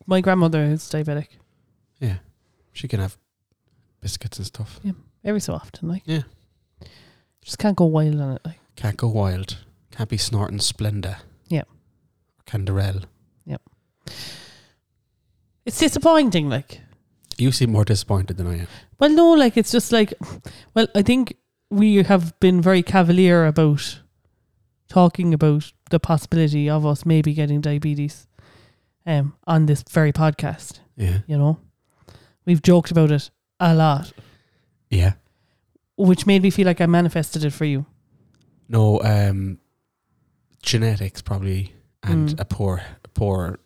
my grandmother is diabetic.
she can have biscuits and stuff.
Every so often, like
Yeah.
just can't go wild on it. Like
Can't go wild. Can't be snorting Splenda.
Yeah.
Canderel.
it's disappointing. Like
You seem more disappointed than I am.
well, no, like it's just like, well, I think we have been very cavalier about talking about the possibility of us maybe getting diabetes, um, on this very podcast.
Yeah.
you know. We've joked about it a lot,
Yeah.
which made me feel like I manifested it for you.
No, um, genetics probably, and
Mm.
a poor, a poor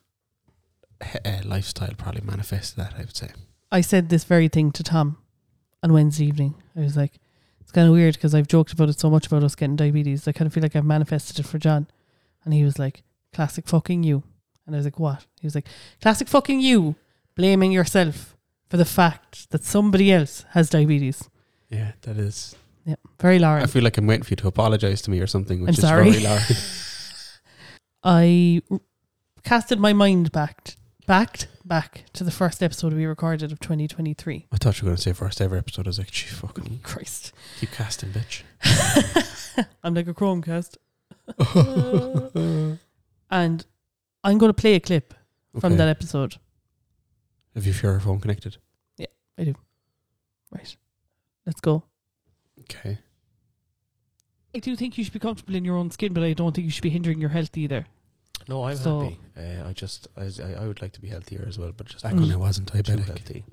he- uh, lifestyle probably manifested that. I would say.
I said this very thing to Tom on Wednesday evening. I was like, it's kind of weird because I've joked about it so much about us getting diabetes. I kind of feel like I've manifested it for John. And he was like, classic fucking you. And I was like, what? He was like, classic fucking you blaming yourself for the fact that somebody else has diabetes.
Yeah, that is.
Yeah, very
I
large.
feel like I'm waiting for you to apologize to me or something,
I'm
which is
sorry.
very large.
I r- casted my mind back, back, back to the first episode we recorded of 2023.
I thought you were going to say first ever episode. I was like, gee, fucking
Christ.
keep casting, bitch.
I'm like a Chromecast. and I'm going to play a clip from
Okay.
that episode.
Have you your phone connected?
Right. Let's go.
Okay.
I do think you should be comfortable in your own skin, but I don't think you should be hindering your health either.
No, I'm
So-
happy. Uh, I just, I, I, I would like to be healthier as well, but just
Back
not
when
Mm.
I wasn't
too
diabetic.
healthy.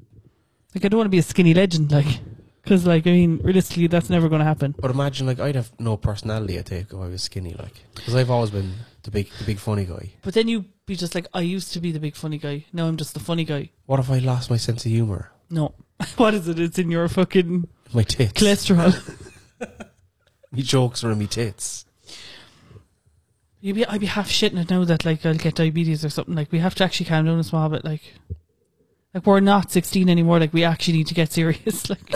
Like, I don't want to be a skinny legend, like, because, like, I mean, realistically, that's never going to happen.
But imagine, like, I'd have no personality. I think if I was skinny, like, because I've always been the big, the big funny guy.
But then you be just like, I used to be the big funny guy. Now I'm just the funny guy.
What if I lost my sense of humor?
No. what is it? It's in your fucking
My tits.
cholesterol.
My jokes are in my tits.
You'd be, I'd be half shitting it now that, like, I'll get diabetes or something. Like, we have to actually calm down a small bit. Like, like we're not 16 anymore. Like, we actually need to get serious. Like,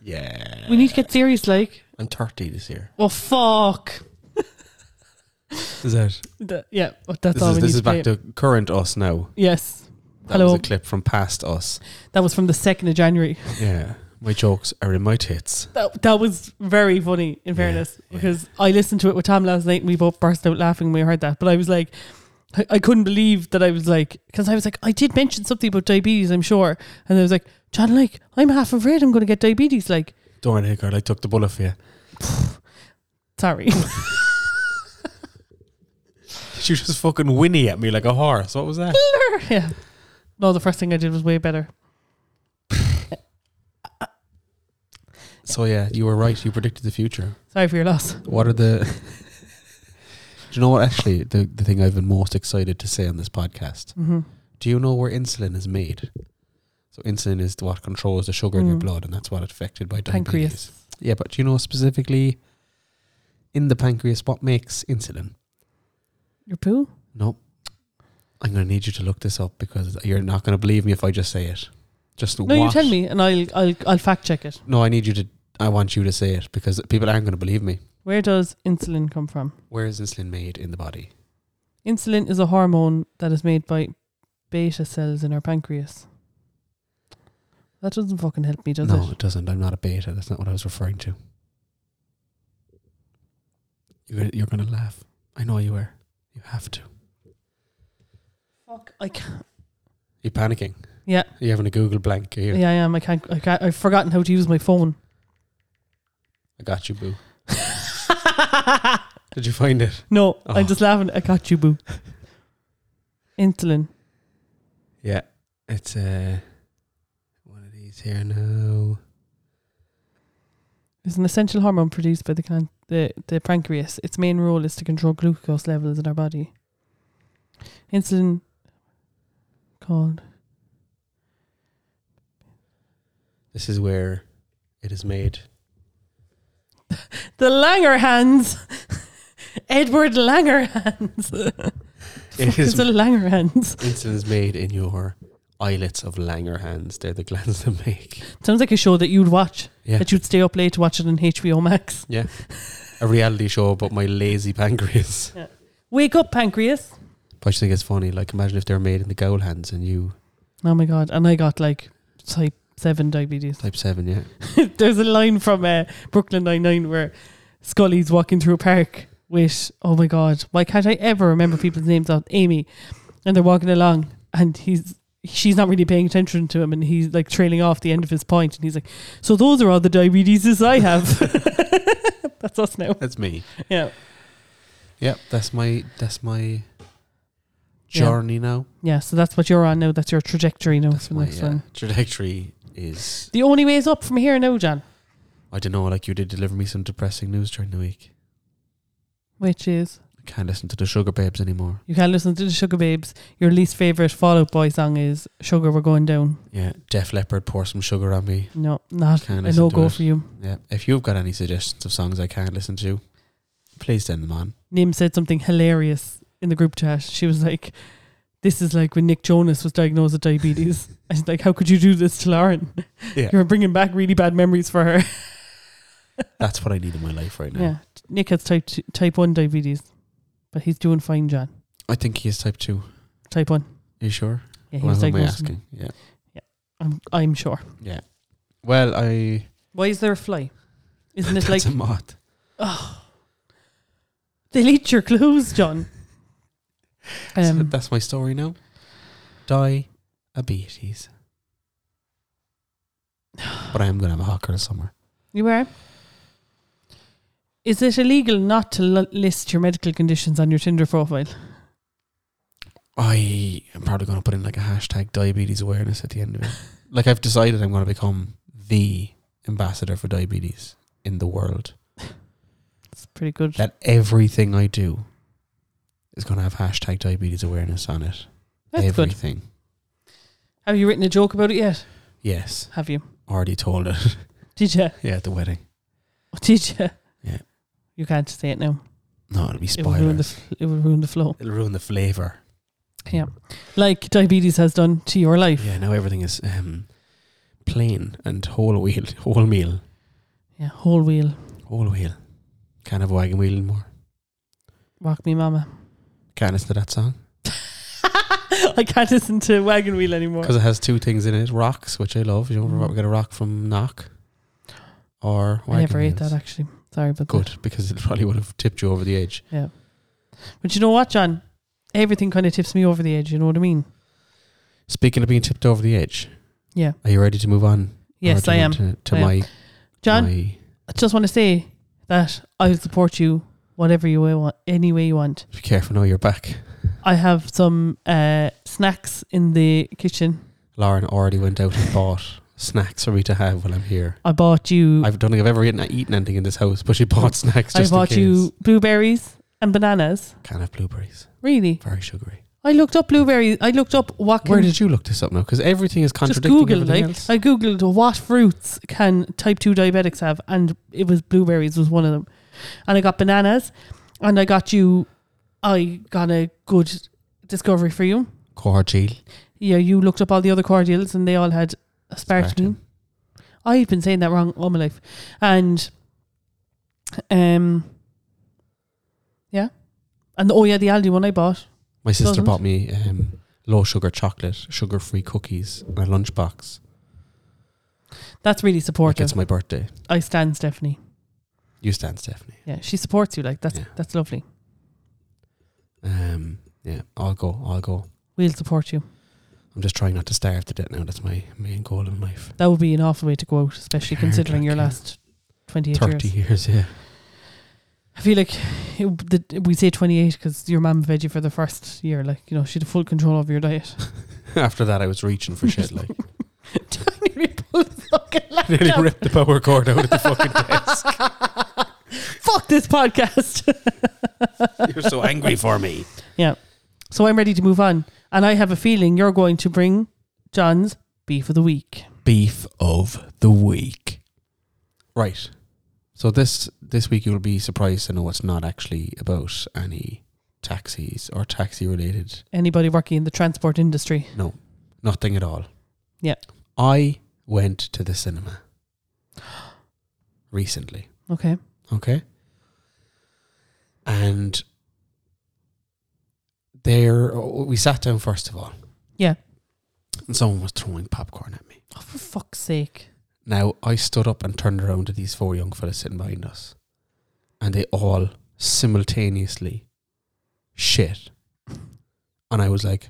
Yeah.
we need to get serious. Like,
I'm 30 this year.
oh, fuck.
Is that?
The- yeah, but that's
This
all
is
we
this
need
is
to play.
back to current us now.
Yes.
That
Hello.
was a clip from past us.
That was from the 2nd of January.
Yeah. My jokes are in my tits.
That, that was very funny, in fairness,
yeah.
because I listened to it with Tom last night and we both burst out laughing when we heard that. But I was like, I, I couldn't believe that I was like, because I was like, I did mention something about diabetes, I'm sure. And I was like, John, like, I'm half afraid I'm going to get diabetes. Like,
Don't worry, girl. I took the bullet for you.
sorry.
She was just fucking whinny at me like a horse. What was that?
yeah. No, the first thing I did was way better.
so yeah, you were right. You predicted the future.
Sorry for your loss.
What are the? Do you know what? Actually, the the thing I've been most excited to say on this podcast.
Mm-hmm.
Do you know where insulin is made? So insulin is what controls the sugar in your
Mm.
blood, and that's what it's affected by diabetes.
Pancreas.
Yeah, but do you know specifically in the pancreas what makes insulin?
Your poo?
No, I'm going to need you to look this up because you're not going to believe me if I just say it. Just
No, you
what-
tell me and I'll, I'll, I'll fact check it.
No, I need you to. I want you to say it because people aren't going to believe me.
Where does insulin come from?
Where is insulin made in the body?
Insulin is a hormone that is made by beta cells in our pancreas. That doesn't fucking help me, does
no,
it?
it? doesn't. I'm not a beta. That's not what I was referring to. You're gonna, you're going to laugh. I know you are. You have to.
Fuck, I can't.
You're panicking.
Yeah.
You're having a Google blank. Here,
Yeah, I am. I can't. I can't. I've forgotten how to use my phone.
I got you, boo. Did you find it?
no,
Oh.
I'm just laughing. I got you, boo. Insulin.
Yeah. It's uh, one of these here now.
It's an essential hormone produced by the, can- the the pancreas. Its main role is to control glucose levels in our body. Insulin called
This is where it is made.
the Langerhans. Edward Langerhans.
It
It's
is
the Langerhans.
insulin is made in your islets of Langerhans. They're the glands that make
Sounds like a show that you'd watch.
Yeah.
That you'd stay up late to watch it on HBO Max.
a reality show about my lazy pancreas.
Wake up, pancreas.
But I just think it's funny. Like, imagine if they're made in the gowl hands and you
Oh my god! And I got like type seven diabetes.
type seven, yeah.
There's a line from uh, Brooklyn Nine Nine where Scully's walking through a park with oh my god, why can't I ever remember people's names? Out Amy, and they're walking along, and he's she's not really paying attention to him, and he's like trailing off the end of his point, and he's like, "So those are all the diabeteses I have." That's us now.
That's me.
Yeah.
Yep, that's my that's my journey now.
Yeah, so that's what you're on now. That's your trajectory now
That's
for the
my
next
uh,
one.
trajectory is
The only way is up from here now, John.
I don't know, like you did deliver me some depressing news during the week.
Which is
I can't listen to the sugar babes anymore.
you can listen to the Sugar Babes. Your least favorite Fallout Boy song is "Sugar We're Going Down."
Yeah. Def Leppard pour some sugar on me.
No, not
Can't
a
listen
no
to
go
it.
for you.
Yeah. If you've got any suggestions of songs I can't listen to, please send them on.
Nim said something hilarious in the group chat. She was like, "This is like when Nick Jonas was diagnosed with diabetes." I was like, "How could you do this to Lauren?
Yeah.
You're bringing back really bad memories for her."
That's what I need in my life right now.
Yeah, Nick has type two, type one diabetes, but he's doing fine, John.
I think he is type two.
Type one.
Are you sure?
Yeah, he
Well,
was
who am I
diagnosed. with-
asking? Yeah.
I'm, I'm sure.
Yeah. Well, I
Why is there a fly? Isn't it like
That's a moth.
Delete your clues, John.
So
Um,
that's my story now. Diabetes. but I am going to have a hot girl summer.
you are. Is it illegal not to l- list your medical conditions on your Tinder profile?
I am probably going to put in like a hashtag diabetes awareness at the end of it. like I've decided I'm going to become the ambassador for diabetes in the world.
It's pretty good.
That everything I do is going to have hashtag diabetes awareness on it.
That's good.
everything.
Have you written a joke about it yet?
Yes,
Have you?
already told it.
Did you?
yeah, at the wedding.
Did you?
Yeah.
You can't say it now.
No, it'll be
It will ruin the
spoilers.
f- it will ruin the flow.
It'll ruin the flavor.
Yeah. Like diabetes has done to your life.
Yeah, now everything is um, plain and whole wheel, whole meal,
Yeah. Whole wheel.
whole wheel. Can't have a wagon wheel anymore.
Rock me mama.
Can't listen to that song
I can't listen to Wagon Wheel anymore.
because it has two things in it: rocks, which I love. You know, get a rock from Knock, or wagon
Mm. I never ate
wheels.
that actually. Sorry about that.
Good because it probably would have tipped you over the edge.
But you know what, John? Everything kind of tips me over the edge. You know what I mean?
Speaking of being tipped over the edge,
Yeah.
Are you ready to move on? Or
Yes,
do
I
you
am.
want To, to
I am.
my
John,
my-
I just want to say that I will support you whatever you wa- want, any way you want.
be careful now. You're back.
I have some uh, snacks in the kitchen.
Lauren already went out and bought snacks for me to have while I'm here.
I bought you.
I don't think I've ever eaten, eaten anything in this house, but she bought snacks
Hmm. I
just
bought
in case.
you blueberries and bananas.
Can't have blueberries.
Really?
Very sugary.
I looked up blueberries. I looked up what can
Where did you look this up now? Because everything is
just
contradicting
Google
everything
like
else.
I googled what fruits can type two diabetics have, and it was blueberries was one of them, and I got bananas, and I got you, I got a good discovery for you.
Cordial.
Yeah, you looked up all the other cordials, and they all had aspartame. I've been saying that wrong all my life, and um, yeah, and oh yeah, the Aldi one I bought.
My sister
Doesn't.
bought me um, low sugar chocolate, sugar free cookies, and a lunchbox.
That's really
Like
supportive.
it's my birthday.
I stand Stephanie.
You stand, Stephanie.
Yeah, she supports you. Like that's
Yeah.
that's lovely.
Um, yeah, I'll go. I'll go.
We'll support you.
I'm just trying not to starve to death now. That's my main goal in life.
That would be an awful way to go out, especially
Hard
considering
luck,
your
yeah.
last 28
30
years.
years, yeah.
I feel like it, the, we say 28 because your mum fed you for the first year. Like, you know, she had full control over your diet.
After that, I was reaching for shit like.
Tiny people fucking laughed
nearly
out.
ripped the power cord out of the fucking desk.
Fuck this podcast.
You're so angry for me.
so I'm ready to move on. And I have a feeling you're going to bring John's beef of the week.
beef of the week. Right. So this this week you'll be surprised to know it's not actually about any taxis or taxi related.
Anybody working in the transport industry.
Nothing at all.
Yeah.
I went to the cinema recently.
Okay.
Okay. And there we sat down first of all.
Yeah.
And someone was throwing popcorn at me.
Oh, for fuck's sake.
Now I stood up and turned around to these four young fellas sitting behind us, and they all simultaneously shit, and I was like,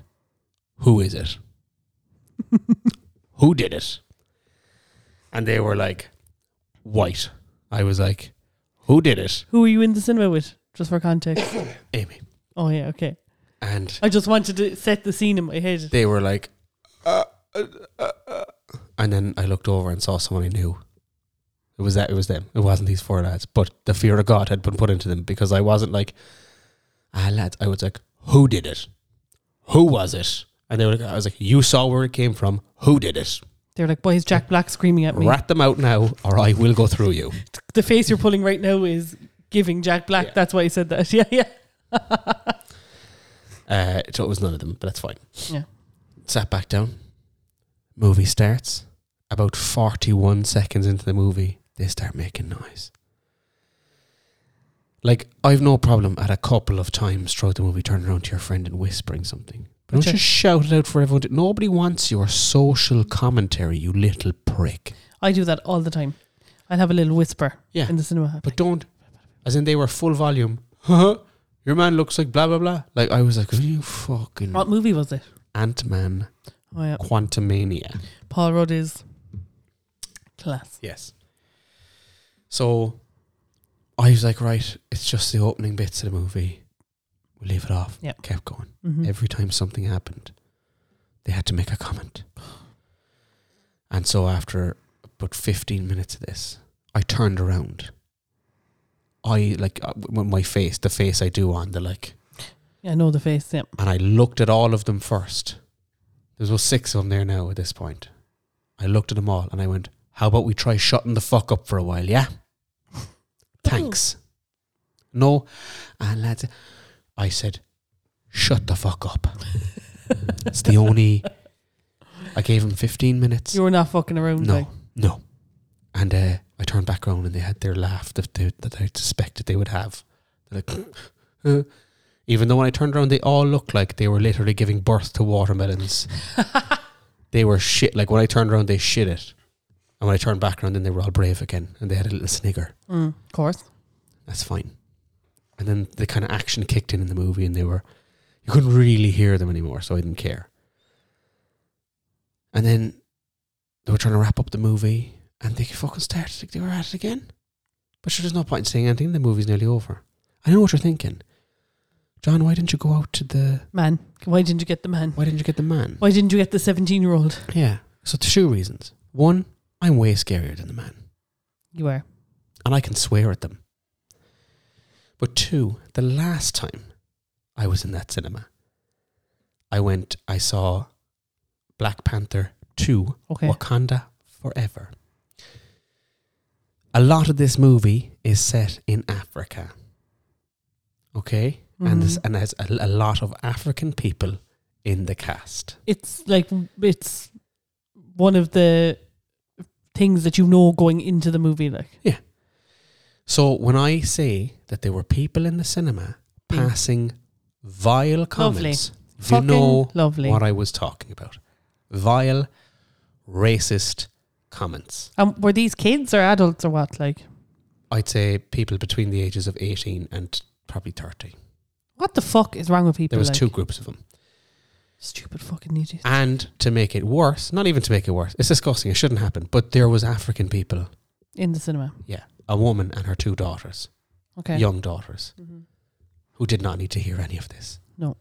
"Who is it? Who did it?" And they were like, "White." I was like, "Who did it?"
Who are you in the cinema with? Just for context.
Amy.
oh, yeah. Okay.
And
I just wanted to set the scene in my head.
they were like, uh, uh, uh, uh. and then I looked over and saw someone I knew. It was that. It was them. It wasn't these four lads. But the fear of God had been put into them because I wasn't like, ah, lads. I was like, who did it? Who was it? And they were. Like, I was like, you saw where it came from. Who did it?
They're like, why is Jack Black screaming at me?
Rat them out now, or I will go through you.
The face you're pulling right now is giving Jack Black.
Yeah.
That's why he said that. Yeah, yeah.
Uh, so it was none of them, but that's fine.
Yeah.
Sat back down. Movie starts. About 41 seconds into the movie, they start making noise. Like, I've no problem at a couple of times throughout the movie turning around to your friend and whispering something. But don't
Okay.
just shout it out for everyone. To, nobody wants your social commentary, you little prick.
I do that all the time. I'll have a little whisper
Yeah.
in the cinema.
But don't, as in they were full volume. and your man looks like blah blah blah. Like I was like, will you fucking
What movie was it?
Ant Man,
Oh yeah,
Quantumania.
Paul Rudd is class.
Yes. So I was like, right, it's just the opening bits of the movie. We leave it off.
Yep.
Kept going.
Mhm.
Every time something happened, they had to make a comment. And so after about 15 minutes of this, I turned around. I like uh, w- my face, the face I do on the like,
yeah, I know the face. Yeah,
and I looked at all of them first. There's about six of them there now at this point. I looked at them all and I went, How about we try shutting the fuck up for a while, yeah? Thanks. No. And lads, I said, Shut the fuck up. it's the only. I gave them 15 minutes.
you were not fucking around.
No,
like.
no. And uh, I turned back around and they had their laugh that, they, that I suspected they would have. They're like, uh. even though when I turned around, they all looked like they were literally giving birth to watermelons. they were shit. Like when I turned around, they shit it. And when I turned back around, then they were all brave again and they had a little snigger.
Mm, of course.
That's fine. And then the kind of action kicked in in the movie and they were, you couldn't really hear them anymore, so I didn't care. And then they were trying to wrap up the movie and they fucking started, like they were at it again. But sure, there's no point in saying anything, the movie's nearly over. I know what you're thinking. John, why didn't you go out to the,
Man, why didn't you get the man?
why didn't you get the man?
Why didn't you get the seventeen-year-old?
Yeah. So two reasons. One, I'm way scarier than the man.
You are.
and I can swear at them. But two, the last time I was in that cinema, I went, I saw Black Panther 2
Okay.
Wakanda Forever. A lot of this movie is set in Africa. Okay? And, this,
Mhm.
and has a, a lot of African people in the cast.
It's like it's one of the things that you know going into the movie, like
So when I say that there were people in the cinema
Mm.
passing vile comments, do you
fucking
know
lovely.
what I was talking about. Vile, racist comments.
And were these kids or adults or what? Like,
I'd say people between the ages of 18 and probably 30.
what the fuck is wrong with people?
There was
like?
two groups of them.
stupid fucking idiots.
And to make it worse, not even to make it worse, it's disgusting, it shouldn't happen, but there was African people,
in the cinema.
yeah, a woman and her two daughters,
Okay.
young daughters,
Mhm.
who did not need to hear any of this.
No.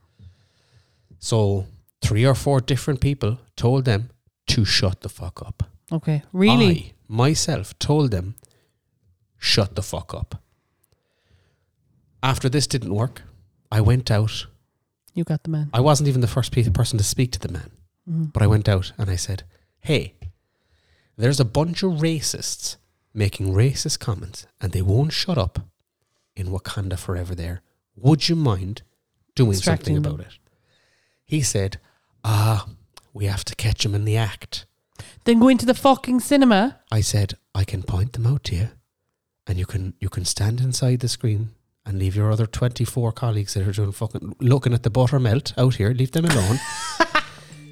So three or four different people told them to shut the fuck up.
Okay. Really?
I myself told them, shut the fuck up. After this didn't work, I went out.
You got the man.
I wasn't even the first pe- person to speak to the man,
Mhm.
but I went out and I said, hey, there's a bunch of racists making racist comments and they won't shut up in Wakanda forever there. Would you mind doing something
Distracting them.
about it? He said, ah, we have to catch him in the act.
Then go into the fucking cinema.
I said, I can point them out to you, and you can you can stand inside the screen and leave your other twenty four colleagues that are doing fucking looking at the butter melt out here. Leave them alone,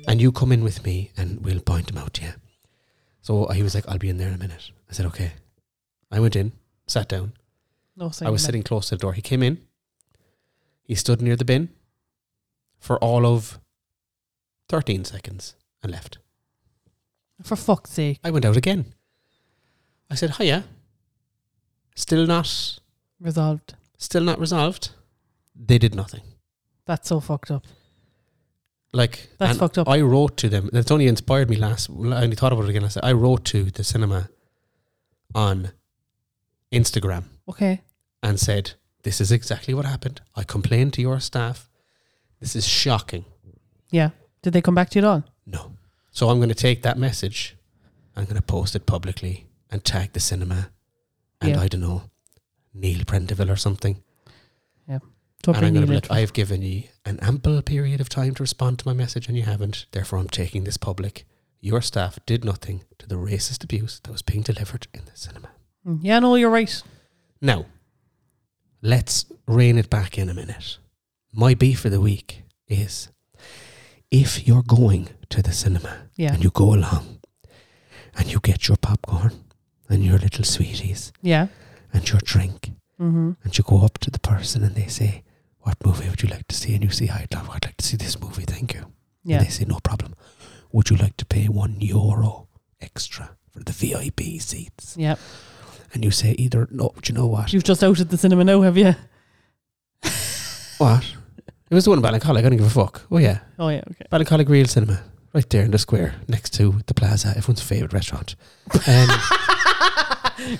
and you come in with me, and we'll point them out to you. So he was like, "I'll be in there in a minute." I said, "Okay." I went in, sat down.
No, sorry.
I was
man.
sitting close to the door. He came in. He stood near the bin for all of thirteen seconds and left.
For fuck's sake.
I went out again. I said, "Hiya." Still not,
Resolved.
still not resolved. They did nothing.
That's so fucked up.
Like
That's
and
fucked up.
I wrote to them. That's only inspired me last. I only thought about it again last. night. I wrote to the cinema on Instagram
Okay.
and said, "This is exactly what happened. I complained to your staff. This is shocking.
Yeah. Did they come back to you at all?
No. So I'm going to take that message. I'm going to post it publicly and tag the cinema, and
Yeah.
I don't know, Neil Prendeville or something.
Don't
and I'm
bring
going
me
to be like,
like,
I've given you an ample period of time to respond to my message, and you haven't. Therefore, I'm taking this public. Your staff did nothing to the racist abuse that was being delivered in the cinema.
Mm, Yeah, no, you're right.
Now, let's rein it back in a minute. My beef for the week is if you're going to the cinema
Yeah.
and you go along and you get your popcorn and your little sweeties
Yeah.
and your drink
Mm-hmm.
and you go up to the person and they say, What movie would you like to see? And you say, I'd, love, I'd like to see this movie, thank you.
Yeah.
And they say, no problem. Would you like to pay one euro extra for the VIP seats?
Yeah.
And you say, either, no, do you know what?
You've just outed the cinema now, have you?
What? It was the one in Ballincollig, I don't give a fuck. Oh, yeah.
Oh yeah, okay.
Ballincollig Real Cinema, right there in the square, next to the plaza, everyone's favourite restaurant. Um,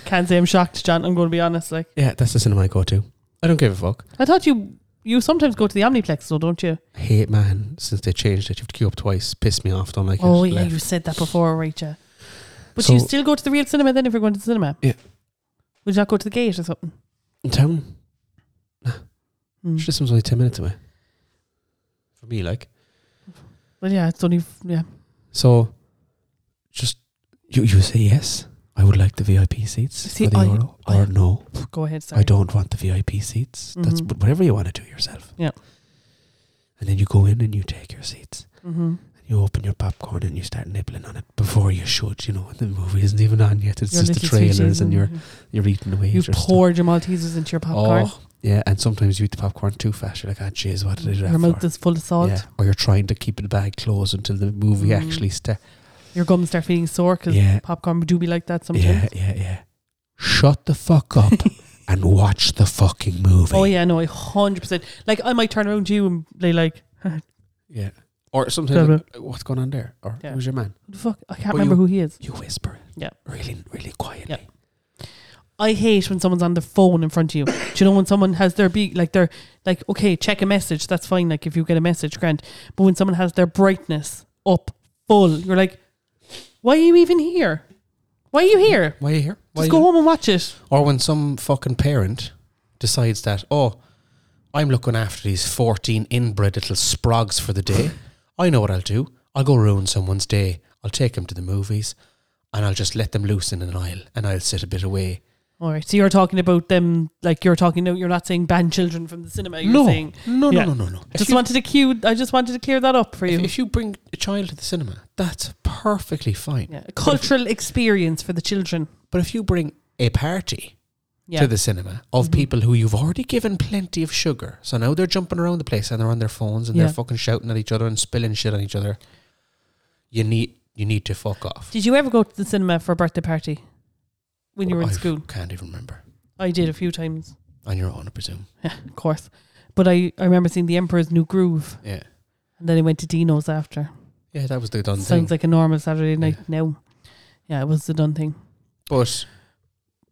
Can't say I'm shocked, John. I'm going to be honest. Like,
yeah, that's the cinema I go to. I don't give a fuck.
I thought you you sometimes go to the Omniplex, though, don't you?
I hate man since they changed it. You have to queue up twice. Piss me off. Don't like
oh
it.
yeah,
Left.
you said that before, right? Yeah. But
So-
you still go to the real cinema then if you're going to the cinema.
Yeah.
Would you not go to the gate or something?
in town.
Mm.
This one's only ten minutes away. For me, like
But yeah, it's only yeah.
so. Just you. You say yes. I would like the VIP seats
See,
for the
I-
euro,
I-
or no,
Go ahead. Sorry.
I don't want the VIP seats. That's
Mhm.
but whatever you want to do yourself.
Yeah.
And then you go in and you take your seats.
Mm-hmm.
You open your popcorn and you start nibbling on it before you should. You know the movie isn't even on yet. It's just the trailers and you're you're eating away.
you
at your stuff.
poured your Maltesers into your popcorn.
Oh, yeah, and sometimes you eat the popcorn too fast. You're like, ah, jeez, what did I do that
your mouth
for?
is full of salt.
Yeah, or you're trying to keep the bag closed until the movie
Mm.
actually starts.
Your gums start feeling sore because
Yeah.
popcorn do be like that sometimes.
Yeah, yeah, yeah. Shut the fuck up and watch the fucking movie.
Oh yeah, no, I hundred percent. Like I might turn around to you and be like, "Huh,
yeah. Or sometimes,
Clever.
like, what's going on there? Or
Yeah.
who's your man?
"Who the fuck, I can't
But
remember
you-
who he is.
You whisper. it
Yeah.
Really, really quietly.
I hate when someone's on their phone in front of you. Do you know when someone has their be like their like okay, check a message. That's fine. Like if you get a message, grant. But when someone has their brightness up full, you're like, why are you even here? Why are you here?
Why are you here? Why
Just
are
go
you-
home and watch it.
Or when some fucking parent decides that, oh, I'm looking after these 14 inbred little sprogs for the day. I know what I'll do. I'll go ruin someone's day. I'll take them to the movies and I'll just let them loose in an aisle and I'll sit a bit away.
All right. So you're talking about them like you're talking. You're not saying ban children from the cinema. You're
No,
saying
no, no,
Yeah.
no, no, no. If
just
you,
wanted to cue. I just wanted to clear that up for you.
if, if you bring a child to the cinema, that's perfectly fine.
yeah, a cultural experience for the children.
But if you bring a party,
Yeah. Mm-hmm.
to the cinema of people who you've already given plenty of sugar. So now they're jumping around the place and they're on their phones and
Yeah.
they're fucking shouting at each other and spilling shit on each other. You need you need to fuck off.
Did you ever go to the cinema for a birthday party when you were in
I
school?
Can't even remember.
I did a few times,
On your own, I presume.
of course. But I, I remember seeing The Emperor's New Groove,
Yeah.
and then I went to Dino's after.
Yeah, that was the done thing.
Sounds like a normal Saturday night now. Yeah, it was the done thing.
but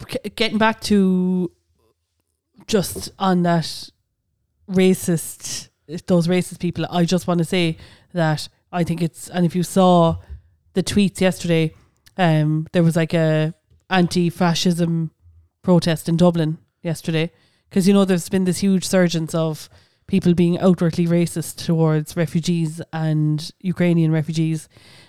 G- Getting back to just on that racist, those racist people, I just want to say that I think it's, and if you saw the tweets yesterday, um, there was like a anti-fascism protest in Dublin yesterday because you know there's been this huge surgence of people being outwardly racist towards refugees and Ukrainian refugees,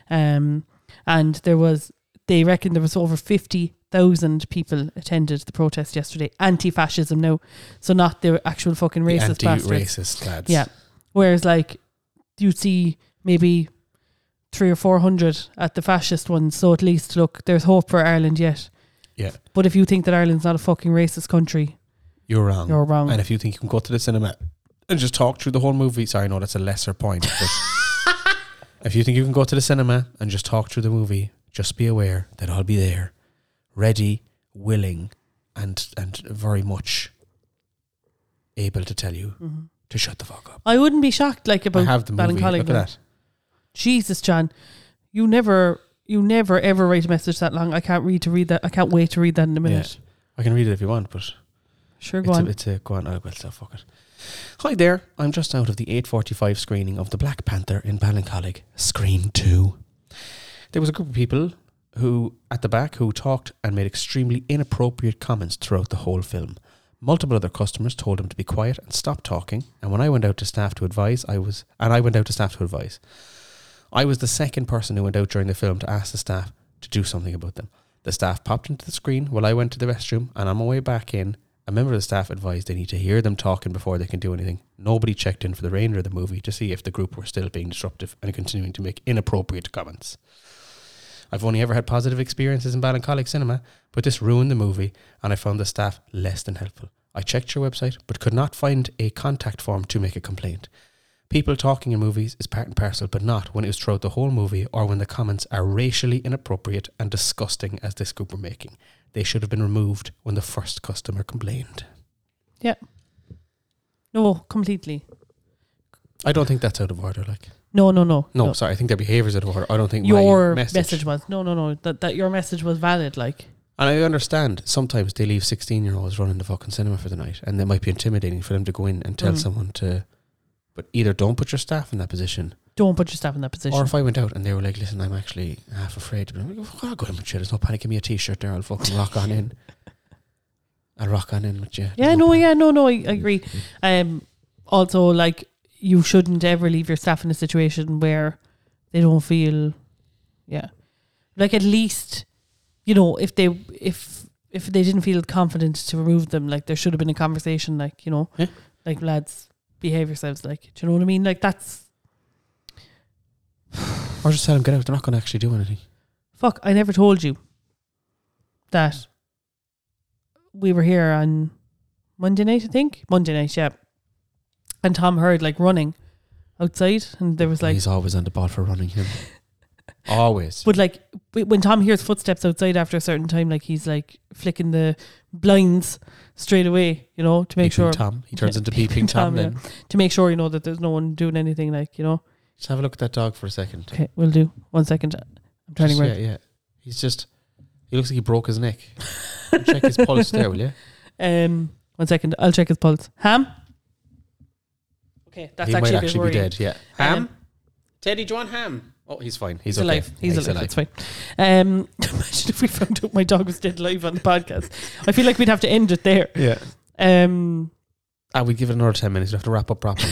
um, and there was they reckon there was over fifty thousand people attended the protest yesterday. Anti-fascism now, so not the actual fucking
the
racist bastards.
anti-racist lads.
Yeah. Whereas like you'd see maybe three or four hundred at the fascist ones, so at least look, there's hope for Ireland yet.
Yeah.
But if you think that Ireland's not a fucking racist country,
You're wrong.
you're wrong.
And if you think you can go to the cinema and just talk through the whole movie, sorry, no, that's a lesser point. But if you think you can go to the cinema and just talk through the movie, just be aware that I'll be there, ready, willing, and and very much able to tell you
Mhm.
to shut the fuck up.
I wouldn't be shocked like
I
about
have the movie.
Ballincollig
Look at
now.
Mm-hmm. that.
Jesus, John, you never you never ever write a message that long. I can't read to read that I can't wait to read that in a minute.
I can read it if you want, but
Sure, go
It's
on.
a, it's a go on. Oh, well, so fuck it. Hi there. I'm just out of the 8:45 screening of The Black Panther in Ballincollig, Screen Two. There was a group of people who at the back who talked and made extremely inappropriate comments throughout the whole film. Multiple other customers told them to be quiet and stop talking. And when I went out to staff to advise, I was and I went out to staff to advise. I was the second person who went out during the film to ask the staff to do something about them. The staff popped into the screen while I went to the restroom, and on my way back in, a member of the staff advised they need to hear them talking before they can do anything. Nobody checked in for the remainder of the movie to see if the group were still being disruptive and continuing to make inappropriate comments. I've only ever had positive experiences in Ballincollig cinema, but this ruined the movie, and I found the staff less than helpful. I checked your website, but could not find a contact form to make a complaint. People talking in movies is part and parcel, but not when it is throughout the whole movie or when the comments are racially inappropriate and disgusting as this group were making. They should have been removed when the first customer complained.
No, completely.
I don't think that's out of order. Like,
No, no, no.
no, sorry, I think their behaviour is out of order. I don't think
Your
my
message. was no, no, no. That that your message was valid. Like
And I understand sometimes they leave 16 year olds running the fucking cinema for the night, and that might be intimidating for them to go in and tell
Mm.
someone to. But either don't put your staff in that position,
don't put yourself in that position.
or if I went out and they were like, listen, I'm actually half afraid, but I'm like, oh, God, go in with you. There's no panic. Give me a t shirt there. I'll fucking rock on in. I'll rock on in with you.
yeah,
There's
no,
panic."
yeah, no, no. I, I agree. Um, also, like you shouldn't ever leave your staff in a situation where they don't feel, yeah, like at least, you know, if they if if they didn't feel confident to remove them, like there should have been a conversation, like you know,
Yeah.
like lads, behave yourselves, like do you know what I mean? Like that's
Or just tell them, get out. They're not going to actually do anything.
Fuck, I never told you that we were here on Monday night, I think. Monday night, yeah. And Tom heard like running outside, and there was like,
He's always on the ball for running him. always.
but like w- when Tom hears footsteps outside after a certain time, like he's like flicking the blinds straight away, you know, to make
Peeping
sure
Tom. He turns into
Peeping
Peeping
Tom,
Tom, then.
to make sure you know that there's no one doing anything, like you know.
Just have a look at that dog for a second.
Okay, we'll do one second. I'm turning
Just-
around.
Yeah, yeah. He's just. He looks like he broke his neck. Check his pulse there, will you?
Um, one second. I'll check his pulse. Ham. Okay, that's
he
actually
might
a bit
actually be
worrying.
dead. Yeah. Ham.
Um,
Teddy, do you want ham? Oh, he's fine. He's,
He's
okay.
alive. He's,
Yeah,
alive. That's fine. Um, imagine if we found out my dog was dead live on the podcast. I feel like we'd have to end it there.
Yeah.
Um,
I would give it another ten minutes. Ah, We have to wrap up properly.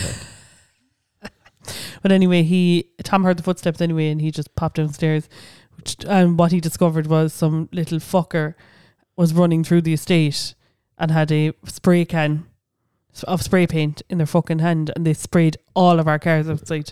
but anyway, he Tom heard the footsteps anyway, and he just popped downstairs. Which, and what he discovered was some little fucker was running through the estate and had a spray can of spray paint in their fucking hand, and they sprayed all of our cars outside.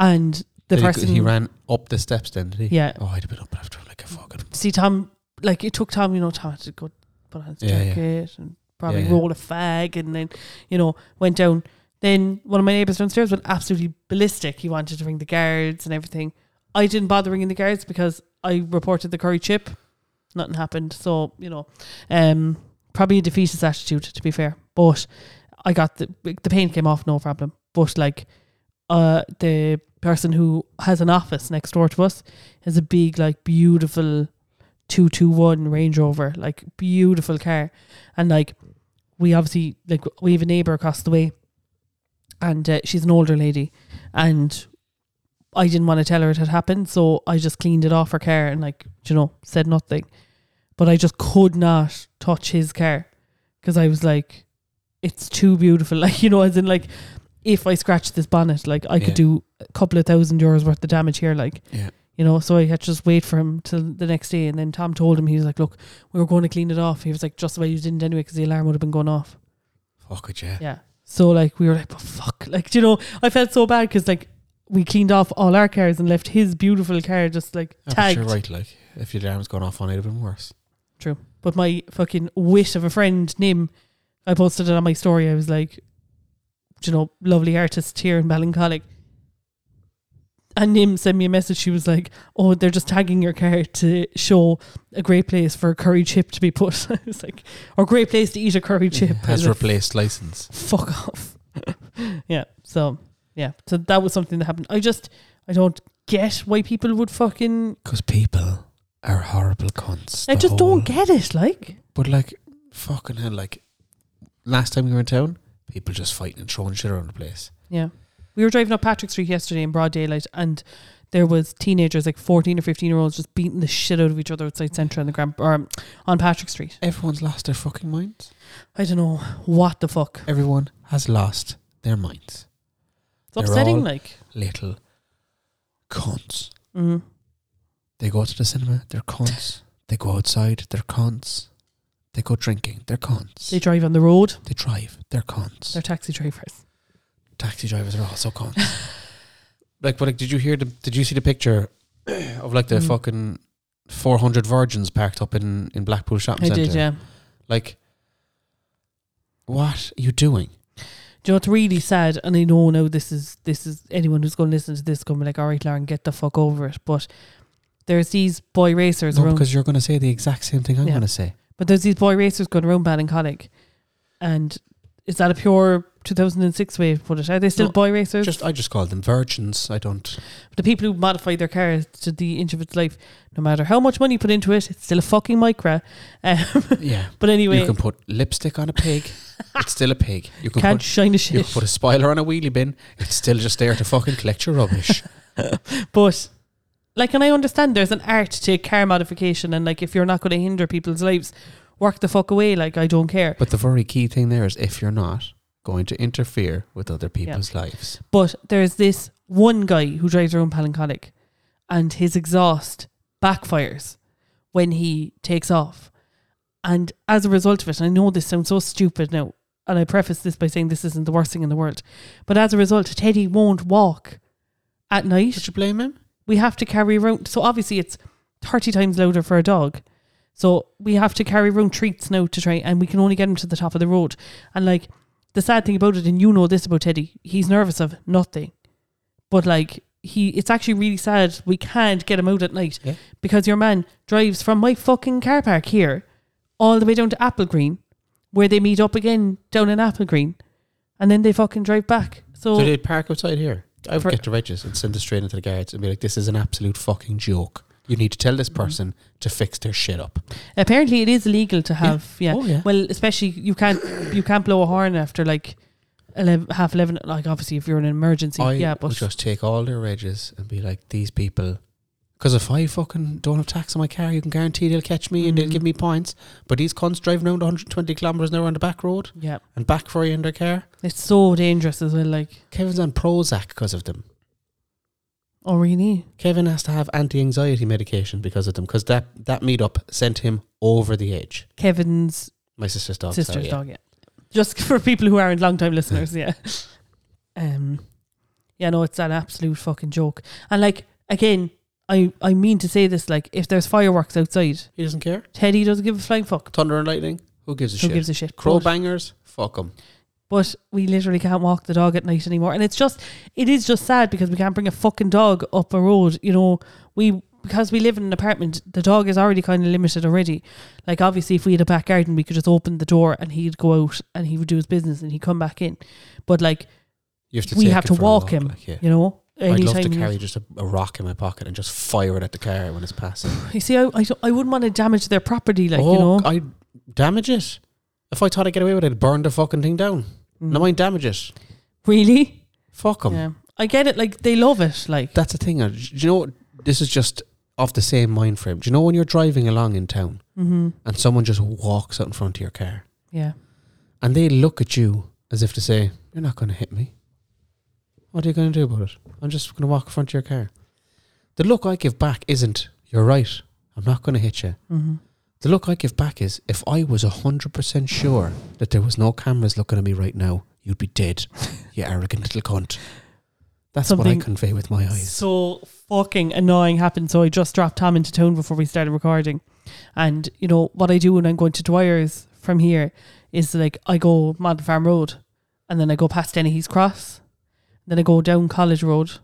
And the
Did he-
person
he, ran up the steps. Then did he?
Yeah.
Oh, I'd have been up after like a fucking.
see Tom like it took Tom, you know, Tom had to go put on his
Yeah, yeah.
jacket and probably
Yeah, yeah.
roll a fag and then, you know, went down. Then one of my neighbours downstairs went absolutely ballistic. He wanted to ring the guards and everything. I didn't bother ringing the guards because I reported the curry chip. Nothing happened. So, you know, um probably a defeatist attitude to be fair. But I got the the paint came off no problem. But like uh the person who has an office next door to us has a big like beautiful 221 Range Rover, like beautiful car. And like we obviously like we have a neighbor across the way and uh, she's an older lady and I didn't want to tell her it had happened, so I just cleaned it off her car and like, you know, said nothing. But I just could not touch his car because I was like it's too beautiful. Like, you know, as in like if I scratched this bonnet, like I
Yeah.
could do a couple of thousand euros worth of damage here like
Yeah.
you know, so I had to just wait for him till the next day. And then Tom told him, he was like, Look, we were going to clean it off. He was like, Just the way you didn't anyway, because the alarm would have been going off.
Fuck it, yeah.
Yeah. So, like, we were like, But fuck. Like, do you know, I felt so bad because, like, we cleaned off all our cars and left his beautiful car just, like,
Ah, but
tagged.
you're
But,
right. Like if your alarm's gone off on, it would have been worse.
my fucking wit of a friend, Nim, I posted it on my story. I was like, do you know, lovely artist here in Ballincollig. And Nim sent me a message. She was like, "Oh, they're just tagging your car to show a great place for a curry chip to be put." I was like, "Or great place to eat a curry chip." I was
has
like,
replaced license.
Fuck off. yeah. So yeah. So that was something that happened. I just I don't get why people would fucking.
Because people are horrible cunts.
I
the
just
whole-
don't get it. Like
But like, fucking hell! Like last time we were in town, people just fighting and throwing shit around the place.
Yeah. We were driving up Patrick Street yesterday in broad daylight and there was teenagers, like 14 or 15 year olds, just beating the shit out of each other outside Central and the Grand, or um, on Patrick Street.
Everyone's lost their fucking minds.
I don't know what the fuck.
everyone has lost their minds.
It's
They're
upsetting,
all-
like.
Little cunts.
Mm.
They go to the cinema, they're cunts. They go outside, they're cunts. They go drinking, they're cunts.
They
They,
drive on the road.
drive, they're cunts.
They're taxi drivers.
Taxi drivers are also cunts. like, but like, did you hear the? Did you see the picture of like the
Mm.
fucking four hundred virgins parked up in in Blackpool shopping
I
centre?
did, yeah.
Like, What are you doing?
Do you know it's really sad, and I know now this is this is anyone who's going to listen to this going to be like, all right, Lauren, get the fuck over it. But there's these boy racers
No,
around,
because you're going to say the exact same thing I'm
Yeah.
going to say.
but there's these boy racers going around Ballincollig, and is that a pure 2006 way to put it? Are they still
No,
boy racers?
Just I just call them virgins. I don't.
the people who modify their cars to the inch of its life, no matter how much money you put into it, it's still a fucking micra. Um,
Yeah.
but anyway,
You can put lipstick on a pig. it's still a pig. You can
can't
put
shine a
you
shit.
can put a spoiler on a wheelie bin. It's still just there to fucking collect your rubbish.
But like, and I understand there's an art to car modification, and like, if you're not going to hinder people's lives, work the fuck away. Like, I don't care.
but the very key thing there is if you're not going to interfere with other people's lives.
But there's this one guy who drives around Palanconic, and his exhaust backfires when he takes off, and as a result of it, and I know this sounds so stupid now, and I preface this by saying this isn't the worst thing in the world, but as a result, Teddy won't walk at night.
Should you blame him?
we have to carry around. So obviously, it's thirty times louder for a dog. So we have to carry around treats now to try, and we can only get him to the top of the road. And like the sad thing about it, and you know this about Teddy, he's nervous of nothing. But like he, it's actually really sad. We can't get him out at night
Yeah.
because your man drives from my fucking car park here all the way down to Apple Green, where they meet up again down in Apple Green, and then they fucking drive back. So,
So they park outside here. I would
For-
get the wedges and send it straight into the guards and be like, "This is an absolute fucking joke. You need to tell this
Mm-hmm.
person to fix their shit up."
apparently, it is illegal to have yeah.
Oh yeah.
Well, especially you can't you can't blow a horn after like eleven, half eleven. Like obviously, if you're in an emergency,
I
yeah.
would
But
just take all their wedges and be like, these people. Because if I fucking don't have tax on my car, you can guarantee they'll catch me and they'll
Mhm.
give me points. But these cunts driving around 120 kilometres an hour on the back road
yeah,
and back for you in their car.
it's so dangerous as well. Like,
Kevin's on Prozac because of them.
oh really?
Kevin has to have anti-anxiety medication because of them. Because that that meetup sent him over the edge.
Kevin's
My sister's dog.
sister's
sorry, yeah.
dog. Yeah. Just for people who aren't long time listeners, yeah. Um, yeah, no, it's an absolute fucking joke. And like again, I I mean to say this. Like, if there's fireworks outside,
He doesn't care.
Teddy doesn't give a flying fuck.
Thunder and lightning. Who gives a
Who
shit?
gives a shit?
Crow
But-
bangers. Fuck them.
but we literally can't walk the dog at night anymore. And it's just, it is just sad because we can't bring a fucking dog up a road. You know, we because we live in an apartment, the dog is already kind of limited already. Like obviously, if we had a back garden, we could just open the door and he'd go out and he would do his business and he'd come back in. But like,
You have to.
We
take
have
it
to
for a
walk
walk,
him.
like, yeah.
you know,
I'd love to
anytime you-
carry just a, a rock in my pocket and just fire it at the car when it's passing.
you see, I I, don't- I wouldn't want to damage their property, like
oh,
you know.
I damage it. If I thought I'd get away with it, I'd burn the fucking thing down.
Mm.
No, I damage it.
really?
Fuck them.
Yeah, I get it. Like they love it. Like
That's the thing. uh, Do you know what? This is just off the same mind frame. Do you know when you're driving along in town?
hmm
and someone just walks out in front of your car
yeah,
and they look at you as if to say, You're not going to hit me. What are you going to do about it? I'm just going to walk in front of your car. The look I give back isn't, You're right. I'm not going to hit you.
hmm
The look I give back is, If I was 100% sure that there was no cameras looking at me right now, you'd be dead, you arrogant little cunt. That's
Something-
what I convey with my eyes.
So fucking annoying happened. So I just dropped Tom into town before we started recording. And you know what I do when I'm going to Dwyer's from here is like I go Mountain Farm Road and then I go past Dennehy's Cross. Then I go down College Road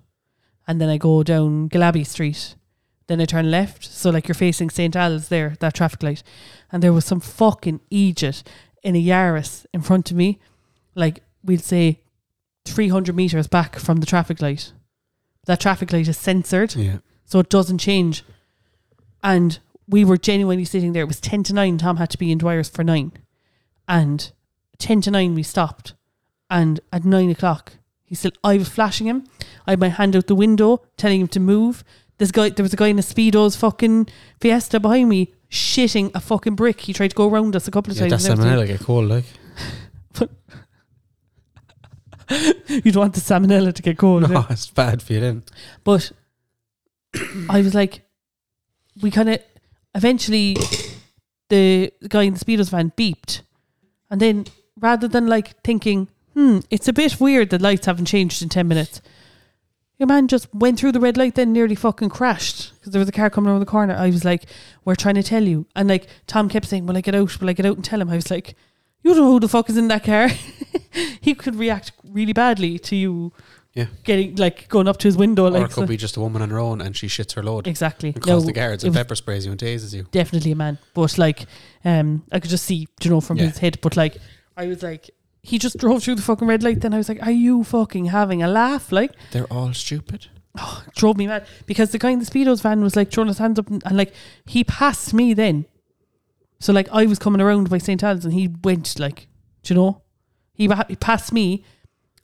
and then I go down Galabi Street. Then I turn left. So like you're facing St. Al's there, that traffic light. And there was some fucking idiot in a Yaris in front of me. Like we'll say 300 meters back from the traffic light. That traffic light is censored
Yeah.
so it doesn't change. And we were genuinely sitting there. It was ten to nine. Tom had to be in Dwyer's for nine, and ten to nine we stopped. And at nine o'clock, he still. I was flashing him. I had my hand out the window, telling him to move. This guy, there was a guy in a speedo's fucking Fiesta behind me, shitting a fucking brick. He tried to go around us a couple of
yeah
times.
that's
and everything.
salmonella get cold, like.
You'd want the salmonella to get cold. yeah.
No, it's bad for you then.
But I was like, we kind of eventually the guy in the speedos van beeped, and then rather than like thinking, hmm, it's a bit weird the lights haven't changed in ten minutes. Your man just went through the red light, then nearly fucking crashed because there was a car coming around the corner. I was like, "We're trying to tell you," and like Tom kept saying, "Will I get out? Will I get out and tell him?" I was like, you don't know who the fuck is in that car. he could react really badly to you
Yeah.
getting like going up to his window
Or
like
it
so-
could be just a woman on her own and she shits her load
exactly.
and calls
No,
the guards
it
and
was
pepper sprays you and tases you.
definitely a man, but like um, I could just see you know from
Yeah.
his head, but like I was like. He just drove through the fucking red light. Then I was like, "Are you fucking having a laugh?" Like,
They're all stupid.
drove me mad because the guy in the speedos van was like throwing his hands up and, and, like he passed me then. So like I was coming around by St. Albans and he went like, do you know, he, wa- he passed me.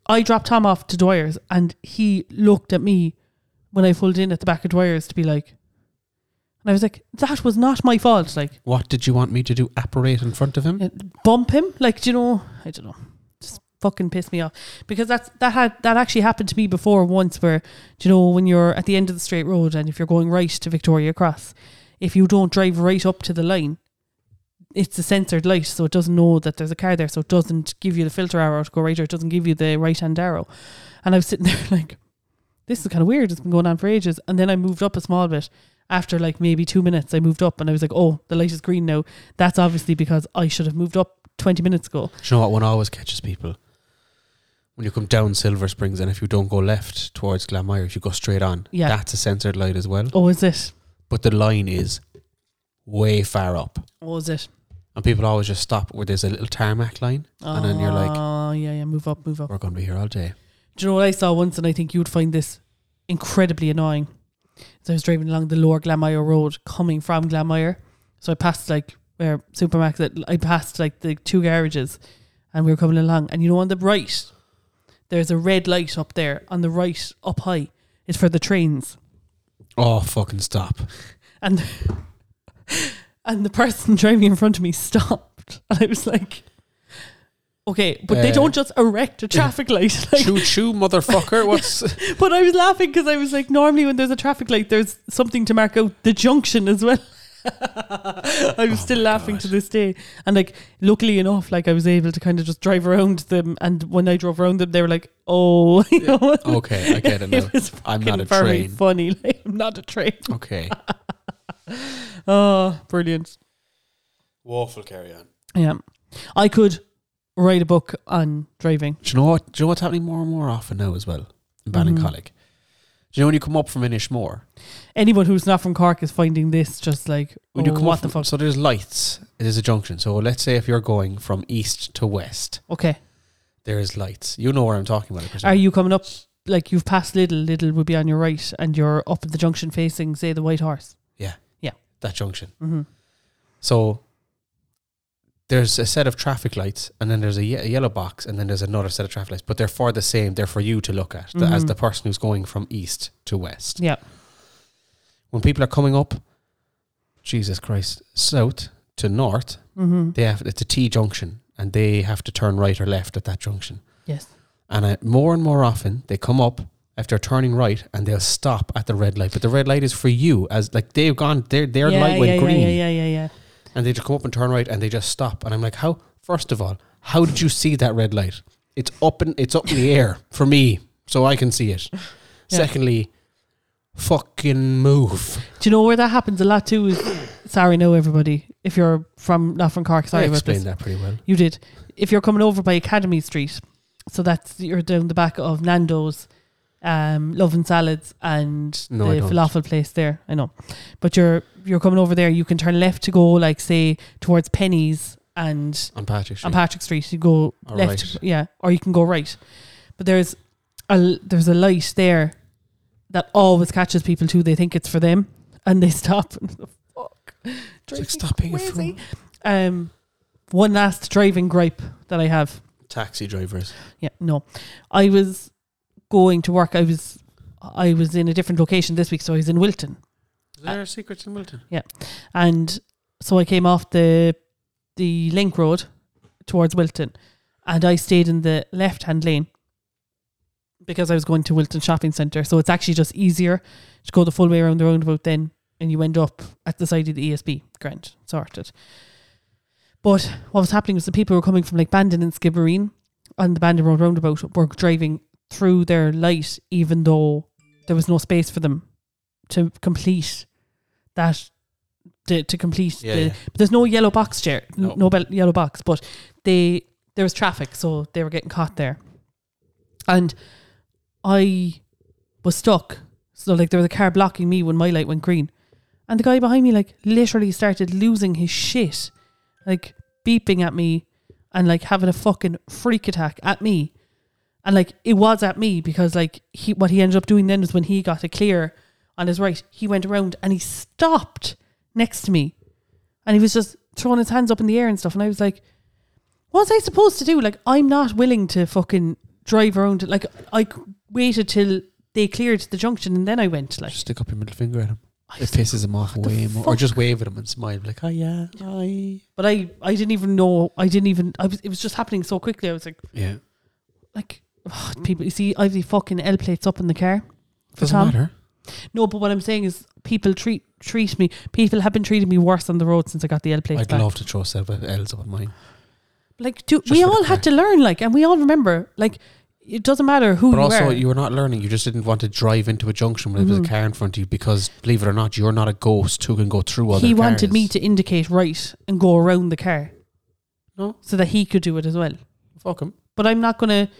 I dropped Tom off to Dwyer's and he looked at me when I pulled in at the back of Dwyer's to be like, and I was like, that was not my fault. Like
What did you want me to do? Apparate in front of him?
uh, bump him, like do you know, I don't know, just fucking piss me off because that's that had that actually happened to me before once where do you know when you're at the end of the straight road and if you're going right to Victoria Cross, if you don't drive right up to the line, it's a censored light, so it doesn't know that there's a car there, so it doesn't give you the filter arrow to go right, or it doesn't give you the right hand arrow. And I was sitting there like, this is kind of weird. It's been going on for ages. And then I moved up a small bit. After like maybe two minutes, I moved up and I was like, oh, the light is green now. That's obviously because I should have moved up 20 minutes ago.
Do you know what one always catches people? When you come down Silver Springs and if you don't go left towards Glamire, if you go straight on,
Yeah.
that's a censored light as well.
Oh, is it?
But the line is way far up.
Oh, is it?
And people always just stop where there's a little tarmac line and then you're like,
oh, yeah, yeah, move up, move up.
We're gonna be here all day.
Do you know what I saw once, and I think you'd find this incredibly annoying? So I was driving along the Lower Glamire Road, coming from Glamire. So I passed like where supermarket. I passed like the two garages, and we were coming along. And you know, on the right, there's a red light up there on the right, up high. It's for the trains,
Oh fucking stop.
and and the person driving in front of me stopped, and I was like. Okay, but they
Uh,
don't just erect a traffic light. Like,
Choo choo motherfucker. What's
But I was laughing because I was like, normally when there's a traffic light, there's something to mark out the junction as well. I'm
Oh
still laughing to this day. And like, luckily enough, like I was able to kind of just drive around them. And when I drove around them, they were like, "Oh, you know?
Okay, I get it now.
was
I'm not
fucking
a
very
train.
Funny, like, I'm not a train.
Okay.
Oh, brilliant.
Waffle carry on.
Yeah, I could write a book on driving.
Do you know what do you know what's happening more and more often now as well? In
Mm.
Ballincollig. Do you know when you come up from Inishmore?
Anyone who's not from Cork is finding this just like,
When you
"Oh,
come
what
up
the
from,
fuck?
So there's lights. It is a junction. So let's say if you're going from east to west,
Okay,
there is lights. You know where I'm talking about. I presume.
Are you coming up like you've passed Little? Little would be on your right, and you're up at the junction facing, say, the White Horse.
that junction?
Mhm.
So there's a set of traffic lights, and then there's a, ye- a yellow box, and then there's another set of traffic lights. But they're for the same. They're for you to look at the- as
Mhm.
the person who's going from east to west.
Yeah.
When people are coming up, Jesus Christ, south to north,
Mm-hmm.
they have it's a T junction, and they have to turn right or left at that junction.
Yes.
And I, more and more often, they come up after turning right and they'll stop at the red light. But the red light is for you, as like they've gone, their their
yeah,
light went
yeah,
green,
Yeah, yeah, yeah, yeah.
and they just come up and turn right and they just stop. And I'm like, how? First of all, how did you see that red light? It's up in it's up in the air for me, so I can see it. Secondly, fucking move.
Do you know where that happens a lot too? Is sorry, no, everybody. If you're from not from Cork, sorry
I
about this.
explained that pretty well.
You did. If you're coming over by Academy Street, so that's you're down the back of Nando's, um, Love and Salads, and
No, I
the
don't.
falafel place there. I know, but you're you're coming over there. You can turn left to go, like say towards Penny's and
On Patrick Street.
on Patrick Street. You go
Or
left,
right.
yeah, or you can go right. But there's a l- there's a light there that always catches people too. They think it's for them, and they stop. Fuck,
It's like
Drives me
stop being a
crazy.
fool.
Um, one last driving gripe that I have.
Taxi drivers.
Yeah, no, I was going to work. I was I was in a different location this week, so I was in Wilton.
Is
there
there secrets in Milton?
and so I came off the the link road towards Wilton, and I stayed in the left hand lane because I was going to Wilton Shopping Centre. So it's actually just easier to go the full way around the roundabout then, and you end up at the side of the ESB. Grant sorted. But what was happening was the people who were coming from like Bandon and Skibbereen on the Bandon Road roundabout were driving through their light, even though there was no space for them to complete that to, to complete
Yeah,
the.
yeah.
But there's no yellow box chair, n-
No.
no, bel yellow box, but they there was traffic, so they were getting caught there, and I was stuck. So like there was a car blocking me when my light went green, and the guy behind me like literally started losing his shit, like beeping at me, and like having a fucking freak attack at me. And like it was at me because like he what he ended up doing then was when he got a clear on his right, he went around and he stopped next to me. And he was just throwing his hands up in the air and stuff. And I was like, What was I supposed to do? Like, I'm not willing to fucking drive around. Like, I c- waited till they cleared the junction and then I went. Like,
Stick up your middle finger at him.
I
It
was
pisses him off
"What the
way more. Or
fuck?"
just wave at him and smile. Like, oh, yeah, hi.
but I, I didn't even know. I didn't even. I was, it was just happening so quickly. I was like,
Yeah.
like people. You see, I've the fucking L plates up in the car. for
Mm. Doesn't
Tom.
matter.
No, but what I'm saying is, people treat treat me. People have been treating me worse on the road since I got the L plates.
I'd
back.
love to throw several L's up on mine.
Like, do,
Just
we
for the
all had to learn, like, and we all remember, like, it doesn't matter who
But
you
also,
are.
you were not learning. You just didn't want to drive into a junction when there was
Mhm.
a car in front of you because, believe it or not, you're not a ghost who can go through other
he wanted
cars.
me to indicate right and go around the car.
No.
So that he could do it as well.
Fuck him.
But I'm not going to,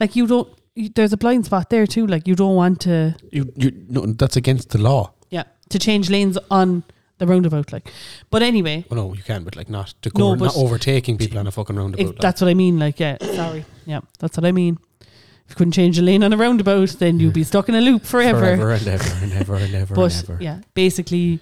like, you don't, you, there's a blind spot there too. Like, you don't want to,
You, you, no, that's against the law.
yeah, to change lanes on the roundabout. Like, but anyway,
Well, Oh, no, you can, but like not to
No,
go, not
but-
overtaking people on a fucking roundabout.
if
like.
that's what I mean. Like, yeah, sorry. Yeah, that's what I mean. If you couldn't change a lane on a roundabout, then you'd be stuck in a loop forever.
forever and ever and ever and ever
But
and ever.
yeah, basically,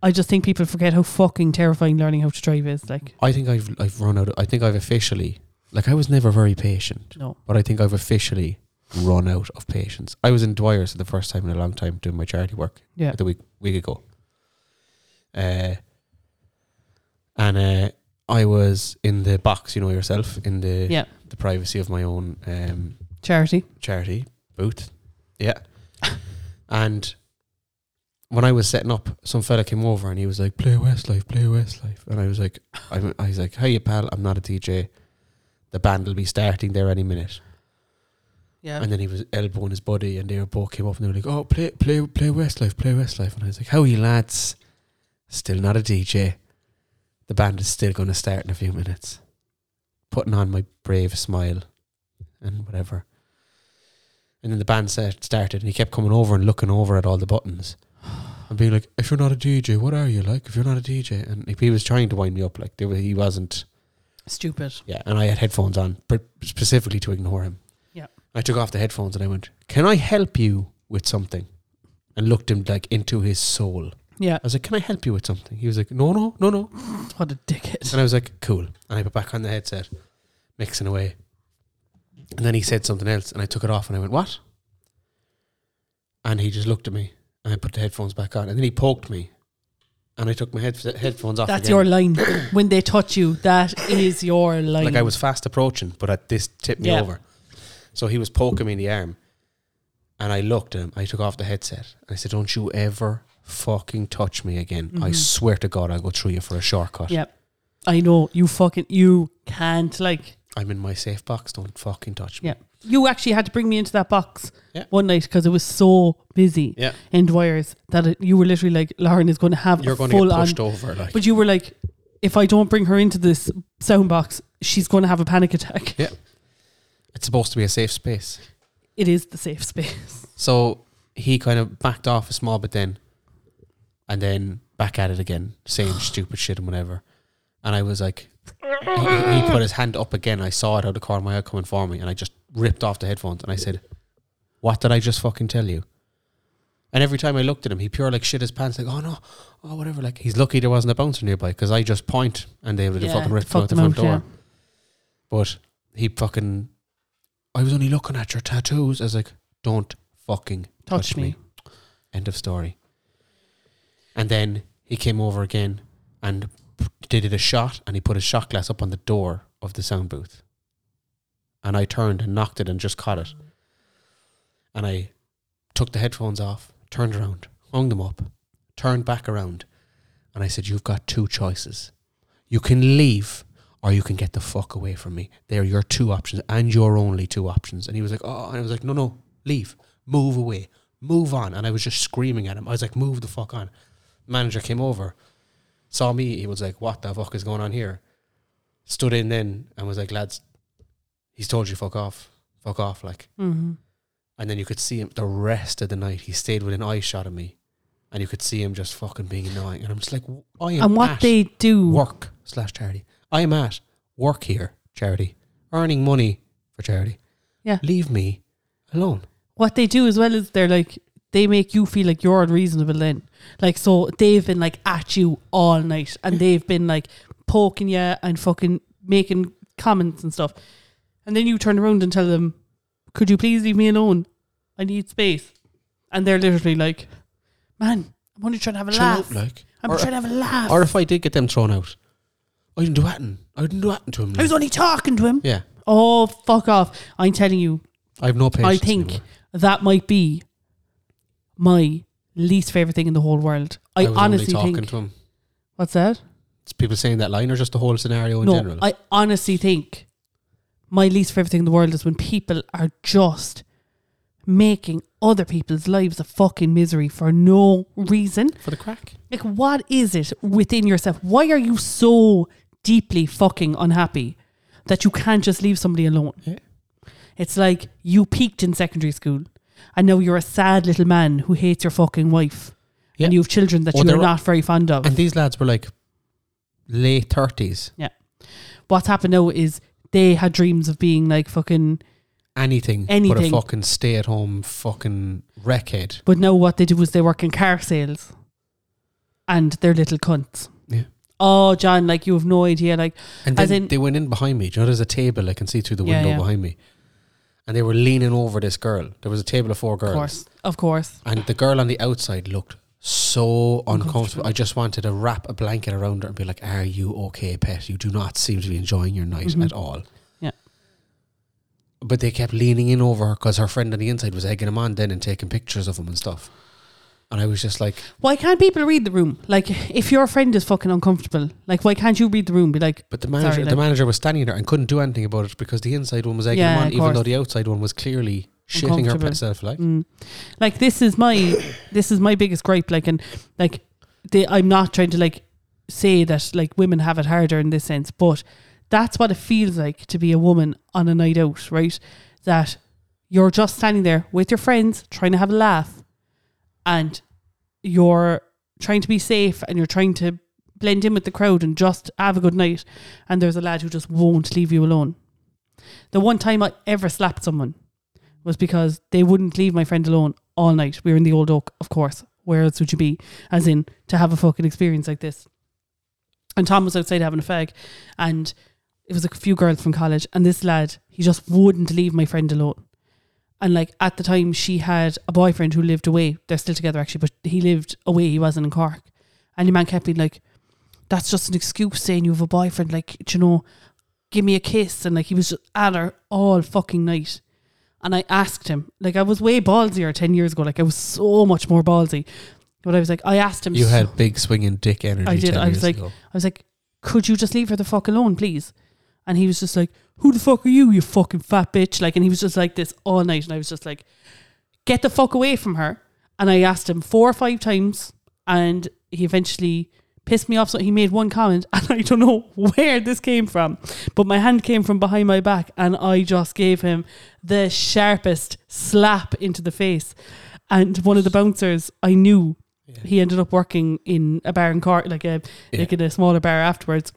I just think people forget how fucking terrifying learning how to drive is. Like,
I think I've I've run out. Of, I think I've officially like I was never very patient,
no,
but I think I've officially run out of patience. I was in Dwyer's for the first time in a long time doing my charity work
yeah,
the week week ago. Uh, and uh, I was in the box, you know yourself, in the
Yeah.
the privacy of my own um,
charity.
charity booth. Yeah. and when I was setting up, some fella came over and he was like, "Play Westlife, play Westlife," and I was like, I'm, "I was like, hey pal, I'm not a DJ. The band will be starting there any minute."
Yeah,
And then he was elbowing his buddy, and they were both came up and they were like, "Oh, play, play, play Westlife, play Westlife," and I was like, "How are you lads? Still not a DJ. The band is still going to start in a few minutes." Putting on my brave smile, and whatever. And then the band set started, and he kept coming over and looking over at all the buttons, and being like, "If you're not a DJ, what are you like? If you're not a DJ?" And he- he was trying to wind me up, like there was, he wasn't.
stupid.
Yeah, and I had headphones on pr- specifically to ignore him.
Yeah.
I took off the headphones and I went, "Can I help you with something?" And looked him like into his soul.
Yeah,
I was like, "Can I help you with something?" He was like, "No, no, no, no."
what a dickhead.
And I was like, "Cool." And I put back on the headset, mixing away. And then he said something else, and I took it off and I went, "What?" And he just looked at me, and I put the headphones back on, and then he poked me, and I took my head- headphones off.
That's
again.
your line. when they touch you, that is your line.
Like I was fast approaching, but at this tipped me
Yeah.
over. So he was poking me in the arm, and I looked at him. I took off the headset and I said, "Don't you ever fucking touch me again! I
Mhm.
swear to God, I'll go through you for a shortcut.
Yeah. I know you fucking you can't like
I'm in my safe box. Don't fucking touch me."
yeah. You actually had to bring me into that box
Yeah.
one night because it was so busy
Yeah.
in Dwyer's that it, you were literally like, Lauren is going to have
You're
a
going to
full
get pushed
on.
over, like
But you were like, if I don't bring her into this sound box, she's going to have a panic attack.
Yeah. it's supposed to be a safe space.
It is the safe space.
So he kind of backed off a small bit then, and then back at it again, saying stupid shit and whatever. And I was like, he, he put his hand up again. I saw it out of the corner of my eye coming for me, and I just ripped off the headphones and I said, "What did I just fucking tell you?" And every time I looked at him, he pure like shit his pants, like, "Oh no, oh whatever." Like he's lucky there wasn't a bouncer nearby because I just point and they would have
Yeah,
fucking ripped him
fuck
out the
them
front
out,
door. But he fucking, I was only looking at your tattoos. I was like, "Don't fucking
Touch, me.
End of story. And then he came over again and p- they did a shot and he put a shot glass up on the door of the sound booth. And I turned and knocked it and just caught it. And I took the headphones off, turned around, hung them up, turned back around. And I said, You've got two choices. You can leave or you can get the fuck away from me. They're your two options and your only two options. And he was like, Oh, and I was like, No, no, leave, move away, move on. And I was just screaming at him. I was like, Move the fuck on. Manager came over saw me, he was like, "What the fuck is going on here?" Stood in then and was like, "Lads, he's told you fuck off, fuck off." Like,
Mm-hmm.
and then you could see him the rest of the night. He stayed within eye shot of me, and you could see him just fucking being annoying. And I'm just like, I am
And what
at
they do.
work slash charity. I am at work here, charity, earning money for charity.
Yeah.
leave me alone.
what they do as well is they're like they make you feel like you're unreasonable then like so they've been like at you all night and they've been like poking you and fucking making comments and stuff and then you turn around and tell them could you please leave me alone i need space and they're literally like man i'm only trying to have a
Chill
laugh
out, like.
i'm
Or-
uh,
trying to have a laugh
Or if I did get them thrown out, I didn't do anything. I didn't do anything to him.
i was
like.
only talking to him
yeah,
oh fuck off i'm telling you
I have no patience.
I think
anymore.
that might be my least favorite thing in the whole world. I,
was only
honestly
talking
think
to him.
what's that?
It's people saying that line, or just the whole scenario in
no,
general.
I honestly think my least favorite thing in the world is when people are just making other people's lives a fucking misery for no reason.
for the crack.
Like, what is it within yourself? Why are you so deeply fucking unhappy that you can't just leave somebody alone?
Yeah.
It's like you peaked in secondary school and now you're a sad little man who hates your fucking wife
Yeah.
and you have children that
Or
you're
they're-
not very fond of.
And these lads were like late thirties.
What's happened now is they had dreams of being like fucking,
Anything, but a
Anything.
fucking stay-at-home fucking wreckhead.
but now what they do is they work in car sales and they're little cunts.
Yeah.
Oh, John, like you have no idea. Like,
And
As
then
in-
they went in behind me. Do you know, there's a table I can see through the
Yeah,
window
yeah.
behind me, and they were leaning over this girl. There was a table of four
of
girls,
course, of course.
and the girl on the outside looked so uncomfortable.
Uncomfortable.
I just wanted to wrap a blanket around her and be like, "Are you okay, pet? You do not seem to be enjoying your night
Mhm.
at all."
Yeah.
But they kept leaning in over her because her friend on the inside was egging him on then and taking pictures of him and stuff. And I was just like,
Why can't people read the room? Like, if your friend is fucking uncomfortable, like, why can't you read the room? Be like,
But the manager,
Sorry,
the
like-
manager was standing there and couldn't do anything about it because the inside one was egging
Yeah,
him on,
of
even though
course.
the outside one was clearly shitting
Uncomfortable.
herself. Like,
Mm. Like this is my this is my biggest gripe. Like and like they, I'm not trying to like say that like women have it harder in this sense, but that's what it feels like to be a woman on a night out, right? That you're just standing there with your friends trying to have a laugh and you're trying to be safe and you're trying to blend in with the crowd and just have a good night and there's a lad who just won't leave you alone. The one time I ever slapped someone was because they wouldn't leave my friend alone all night. We were in the old oak, of course. Where else would you be? As in to have a fucking experience like this. And Tom was outside having a fag, and it was a few girls from college, and this lad, he just wouldn't leave my friend alone. And like at the time, she had a boyfriend who lived away. They're still together actually, but he lived away. He wasn't in Cork, and the man kept being like, "That's just an excuse saying you have a boyfriend. Like, do you know, give me a kiss." And like he was just at her all fucking night and I asked him, like I was way ballsier ten years ago, like I was so much more ballsy. But I was like, I asked him,
you
so-
had big swinging dick energy.
I did.
10
I was
years
like-
ago.
I was like, could you just leave her the fuck alone, please? And he was just like, who the fuck are you, you fucking fat bitch? Like, and he was just like this all night, and I was just like, get the fuck away from her. And I asked him four or five times, and he eventually pissed me off. So he made one comment, and I don't know where this came from, but my hand came from behind my back, and I just gave him the sharpest slap into the face. And one of the bouncers I knew, he ended up working in a bar in Cork, like a
Yeah.
like in a smaller bar afterwards.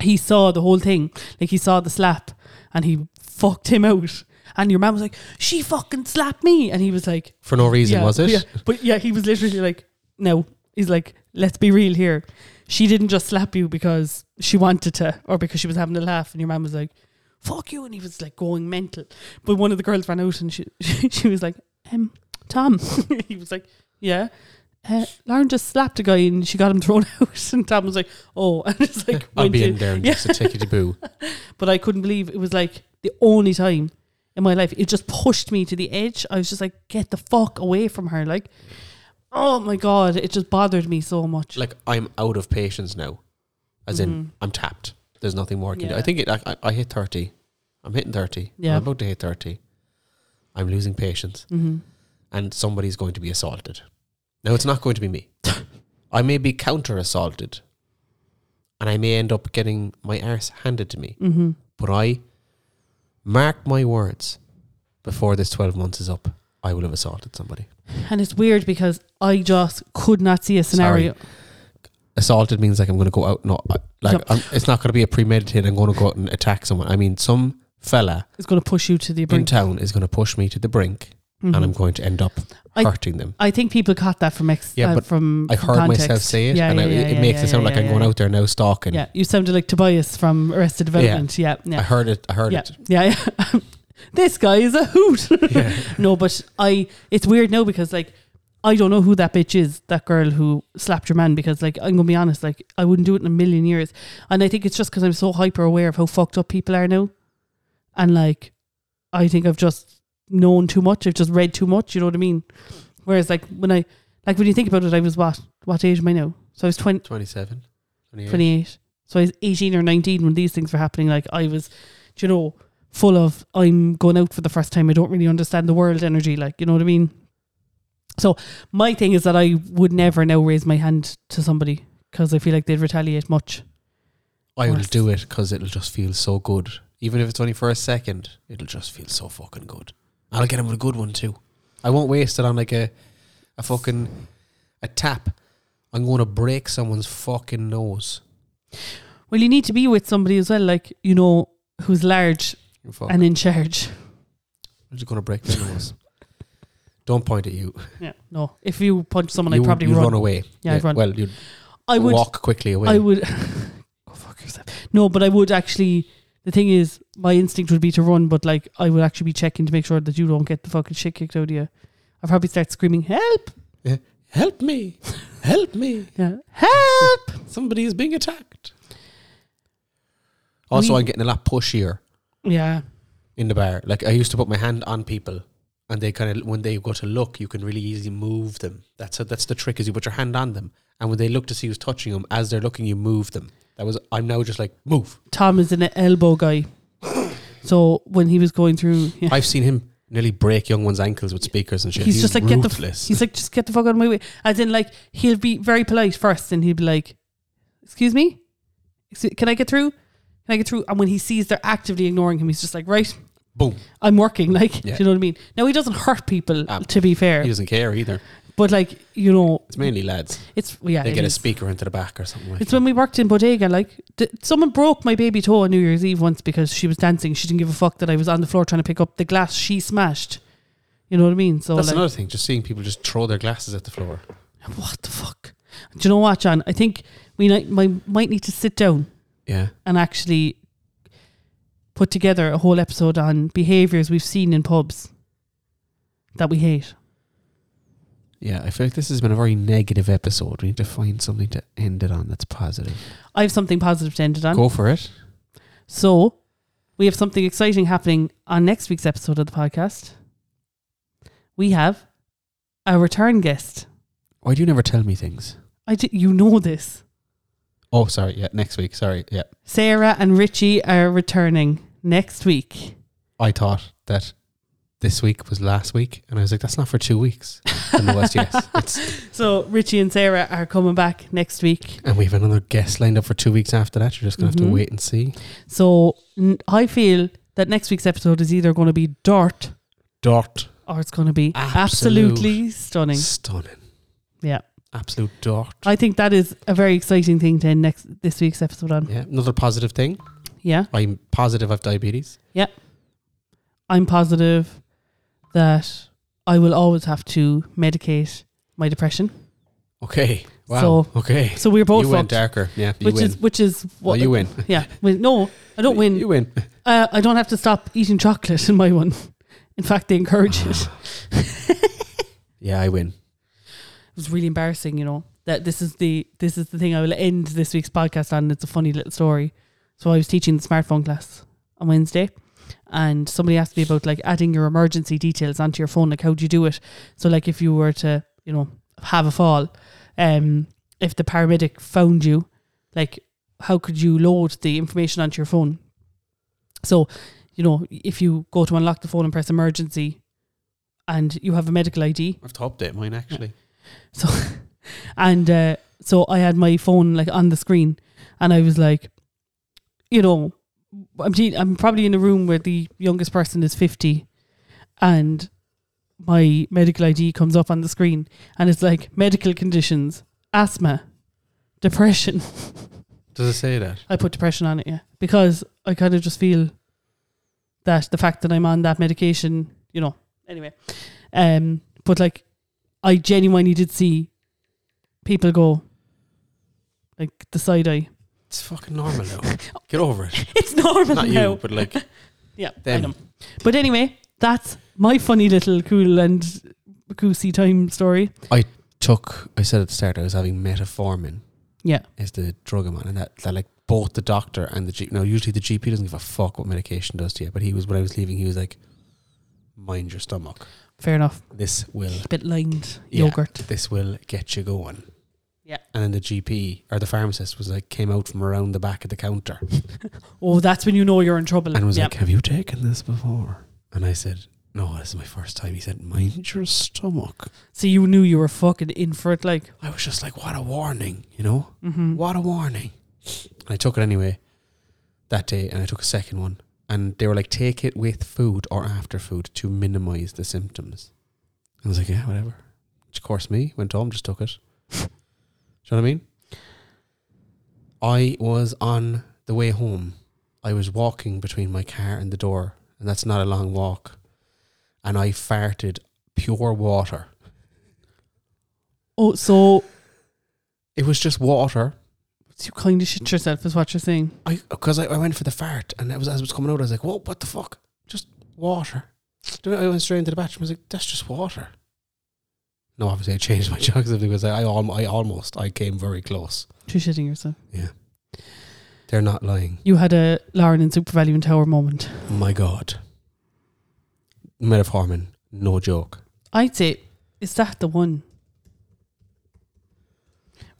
He saw the whole thing, like he saw the slap, and he fucked him out. And your man was like, "She fucking slapped me," and he was like,
for no reason, was it?
yeah. But yeah, he was literally like, no. He's like, let's be real here. She didn't just slap you because she wanted to or because she was having a laugh. And your man was like, fuck you. And he was like going mental. But one of the girls ran out and she, she, was like, um, Tom. he was like, yeah. Uh, Lauren just slapped a guy and she got him thrown out. And Tom was like, oh. And it's like,
I'll
went
be
in.
in there and
Yeah.
just a tickety boo.
But I couldn't believe it was like the only time in my life. It just pushed me to the edge. I was just like, get the fuck away from her. Like, oh my God, it just bothered me so much.
Like I'm out of patience now, as in I'm tapped. There's nothing more I can do.
Mm. Yeah.
I think it, I, I- I hit thirty. I'm hitting thirty.
Yeah.
I'm about to hit thirty. I'm losing patience,
Mhm.
and somebody's going to be assaulted. Now it's not going to be me. I may be counter assaulted and I may end up getting my arse handed to me.
Mm-hmm.
But I mark my words before this 12 months is up, I will have assaulted somebody.
And it's weird because I just could not see a scenario.
Assaulted means like I'm going to go out, not uh, like
Yep.
I'm, it's not going to be a premeditated, I'm going to go out and attack someone. I mean, some fella
It's going to push you to the
in
brink.
town is going to push me to the brink
Mhm.
and I'm going to end up
I-
hurting them.
I think people caught that from ex-
Yeah,
uh,
but
from
I
from
heard
context.
myself say it,
Yeah,
and
yeah,
I,
yeah,
it
yeah,
makes
yeah,
it sound
yeah,
like I'm
yeah,
going
yeah.
out there now stalking.
Yeah, you sounded like Tobias from Arrested Development. Yeah,
I
yeah,
heard it. I heard
yeah,
it.
yeah. yeah. this guy is a hoot.
Yeah.
no, but I. It's weird now because like I don't know who that bitch is. That girl who slapped your man because like I'm gonna be honest, like I wouldn't do it in a million years. And I think it's just because I'm so hyper aware of how fucked up people are now, and like I think I've just known too much. I've just read too much. You know what I mean? Whereas like when I like when you think about it, I was what what age am I now? So I was twenty.
27, 28.
28. So I was 18 or 19 when these things were happening. Like I was, do you know, full of I'm going out for the first time. I don't really understand the world energy. Like, you know what I mean? So my thing is that I would never now raise my hand to somebody because I feel like they'd retaliate much.
I will
Worse.
do it because it'll just feel so good. Even if it's only for a second, it'll just feel so fucking good. I'll get him with a good one too. I won't waste it on like a, a fucking a tap. I'm going to break someone's fucking nose.
Well, you need to be with somebody as well, like, you know, who's large
You Fuck.
and in charge.
I'm just going to break their nose. Don't point at you.
Yeah. No. If you punch someone,
you
I'd probably
you'd
run.
run. away.
Yeah, I'd run.
Well, you'd
I would
walk quickly away.
I would go fuck yourself. No, but I would actually. The thing is, my instinct would be to run, but like I would actually be checking to make sure that you don't get the fucking shit kicked out of you. I'd probably start screaming, "Help!
Help me! Help me!
Yeah, help!"
Somebody is being attacked. Also,
We-
I'm getting a lot pushier
Yeah,
in the bar. Like I used to put my hand on people, and they kind of when they go to look, you can really easily move them. That's how, that's the trick is you put your hand on them, and when they look to see who's touching them, as they're looking, you move them. That was I'm now just like move.
Tom is an elbow guy, so when he was going through, yeah,
I've seen him nearly break young ones' ankles with speakers and shit.
he's, just like get the. F-
ruthless.
he's like just get the fuck out of my way. As in, like he'll be very polite first, and he'll be like, "Excuse me, Excu- can I get through? Can I get through?" And when he sees they're actively ignoring him, he's just like, "Right,
Boom.
I'm working. Like,
Yeah.
do you know what I mean? Now he doesn't hurt people,
Um,
to be fair,
He doesn't care either.
but like you know,
It's mainly lads.
it's yeah,
They
it
get
is.
a speaker into the back or something. Like
It's when we worked in bodega. Like, th- someone broke my baby toe on New Year's Eve once because she was dancing. She didn't give a fuck that I was on the floor trying to pick up the glass she smashed. You know what I mean? So
That's
like,
another thing. Just seeing people just throw their glasses at the floor.
what the fuck? Do you know what, John? I think we might, might might need to sit down
Yeah.
and actually put together a whole episode on behaviors we've seen in pubs that we hate.
Yeah, I feel like this has been a very negative episode. We need to find something to end it on that's positive.
I have something positive to end it on.
Go for it.
So, we have something exciting happening on next week's episode of the podcast. We have a return guest.
Why do you never tell me things?
I di- you know this.
Oh, sorry. Yeah, next week. Sorry. Yeah.
Sarah and Richie are returning next week.
I thought that this week was last week, and I was like, that's not for two weeks. And it was, yes. It's,
So, Richie and Sarah are coming back next week.
and we have another guest lined up for two weeks after that. You're just going to have
Mhm.
to wait and see.
So, n- I feel that next week's episode is either going to be dirt
Dot.
or it's going to be
Absolute.
absolutely stunning.
Stunning.
Yeah.
Absolute dot.
I think that is a very exciting thing to end next this week's episode on.
Yeah. Another positive thing.
yeah.
I'm positive I've diabetes.
I'm positive that I will always have to medicate my depression.
Okay. Wow. okay.
So we're both
You went
fucked,
darker. Yeah. You
which
win.
is which is
well,
what
you win.
Yeah, win. no, I don't win.
You win.
Uh, I don't have to stop eating chocolate in my one. In fact, they encourage it.
Yeah, I win.
It was really embarrassing, you know. That this is the this is the thing I will end this week's podcast on. It's a funny little story. So I was teaching the smartphone class on Wednesday, and somebody asked me about like adding your emergency details onto your phone. Like, how do you do it? So like, if you were to, you know, have a fall, um, if the paramedic found you, like, how could you load the information onto your phone? So, you know, if you go to unlock the phone and press emergency, and you have a medical ID,
I've topped it, mine actually.
and uh, so I had my phone like on the screen, and I was like, you know, I'm te- I'm probably in a room where the youngest person is fifty, and my medical ID comes up on the screen, and it's like medical conditions, asthma, depression.
Does it say that?
I put depression on it, yeah, because I kind of just feel that the fact that I'm on that medication, you know. Anyway, um, but like, I genuinely did see people go like the side eye.
It's fucking normal now. Get over it.
It's normal
Not
now.
you, but like
Yeah, I
them.
know. But anyway, that's my funny little cool and goosey time story.
took. I said at the start I was having metformin.
Yeah.
Is the drug I'm on, and that, that like both the doctor and the G. Now usually the GP doesn't give a fuck what medication does to you, but he was when I was leaving, he was like, "Mind your stomach.
Fair enough.
This will
A bit lined
Yeah.
yogurt.
this will get you going."
Yeah.
And then the GP or the pharmacist was like came out from around the back of the counter
Oh, that's when you know you're in trouble.
and was
Yeah.
like, "Have you taken this before?" And I said, "No, this is my first time." He said, "Mind your stomach."
so you knew you were fucking in for it, like.
I was just like, "What a warning," you know.
Mm-hmm.
What a warning. And I took it anyway that day and I took a second one. And they were like, take it with food or after food to minimize the symptoms. I was like, yeah, whatever. Which, of course, me went home, just took it. Do you know what I mean? I was on the way home. I was walking between my car and the door, and that's not a long walk. And I farted pure water.
Oh, so
It was just water
you kind of shit yourself, is what you're saying.
I because I, I went for the fart and it was as it was coming out, I was like, "Whoa, what the fuck? Just water." Then I went straight into the bathroom. I was like, "That's just water." No, obviously I changed my geography because I, I, al- I almost I came very close.
Too shitting yourself.
They're not lying.
You had a Lauren in Super Value and Tower moment.
My God, metformin, no joke.
I'd say, is that the one?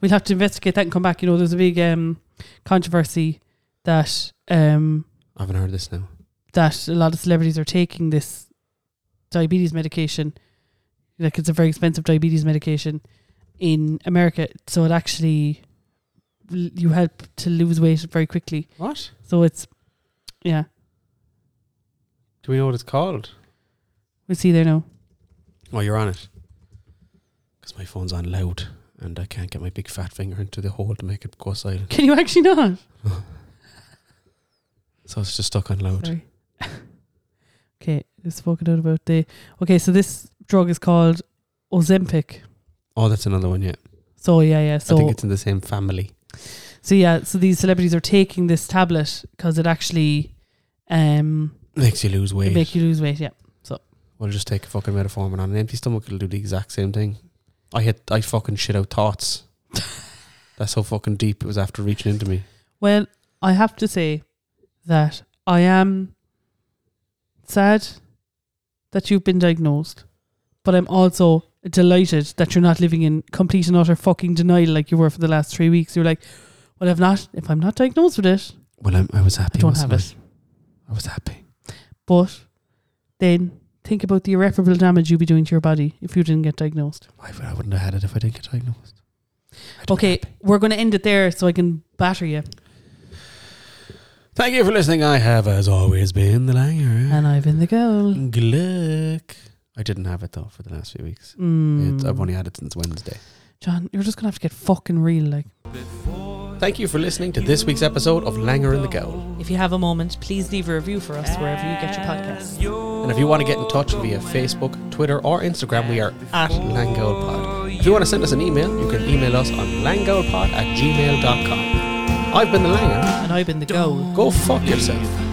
We'll have to investigate that and come back. You know, there's a big um, controversy that um,
I haven't heard this now.
that a lot of celebrities are taking this diabetes medication. Like it's a very expensive diabetes medication in America, so it actually l- you help to lose weight very quickly.
What?
So it's yeah,
Do we know what it's called?
we'll see there now.
Oh, you're on it. Because my phone's on loud and I can't get my big fat finger into the hole to make it go silent,
Can you actually not?
so it's just stuck on loud.
Sorry. okay, we've spoken out about the. Okay, so this drug is called Ozempic.
Oh, that's another one. Yeah.
So yeah, yeah.
I think
So
it's in the same family.
so yeah. So these celebrities are taking this tablet because it actually um
Makes you lose
it
weight.
make you lose weight. Yeah.
well, just take a fucking metformin on an empty stomach. It'll do the exact same thing. I had I fucking shit out thoughts. That's how fucking deep it was after reaching into me.
Well, I have to say that I am sad that you've been diagnosed, but I'm also delighted that you're not living in complete and utter fucking denial like you were for the last three weeks. You're like, well, if not, if I'm not diagnosed with it,
Well, I'm, I was happy.
I don't
wasn't
have it.
I was happy.
But then think about the irreparable damage you'd be doing to your body if you didn't get diagnosed.
I, I wouldn't have had it if I didn't get diagnosed. I'd be
Okay,
happy.
we're going to end it there so I can batter you.
Thank you for listening. I have, as always, been the Langer.
And I've been the girl.
Gluck. I didn't have it though for the last few weeks.
Mm.
It's, I've only had it since Wednesday.
John, you're just going to have to get fucking real. Like,
Thank you for listening to this week's episode of Langer and the Gowl.
If you have a moment, please leave a review for us wherever you get your podcasts.
And if you want to get in touch via Facebook, Twitter, or Instagram, we are at LangoldPod. If you want to send us an email, you can email us on langoldpod at gmail.com. I've been the Langer.
And I've been the goal.
Go fuck yourself.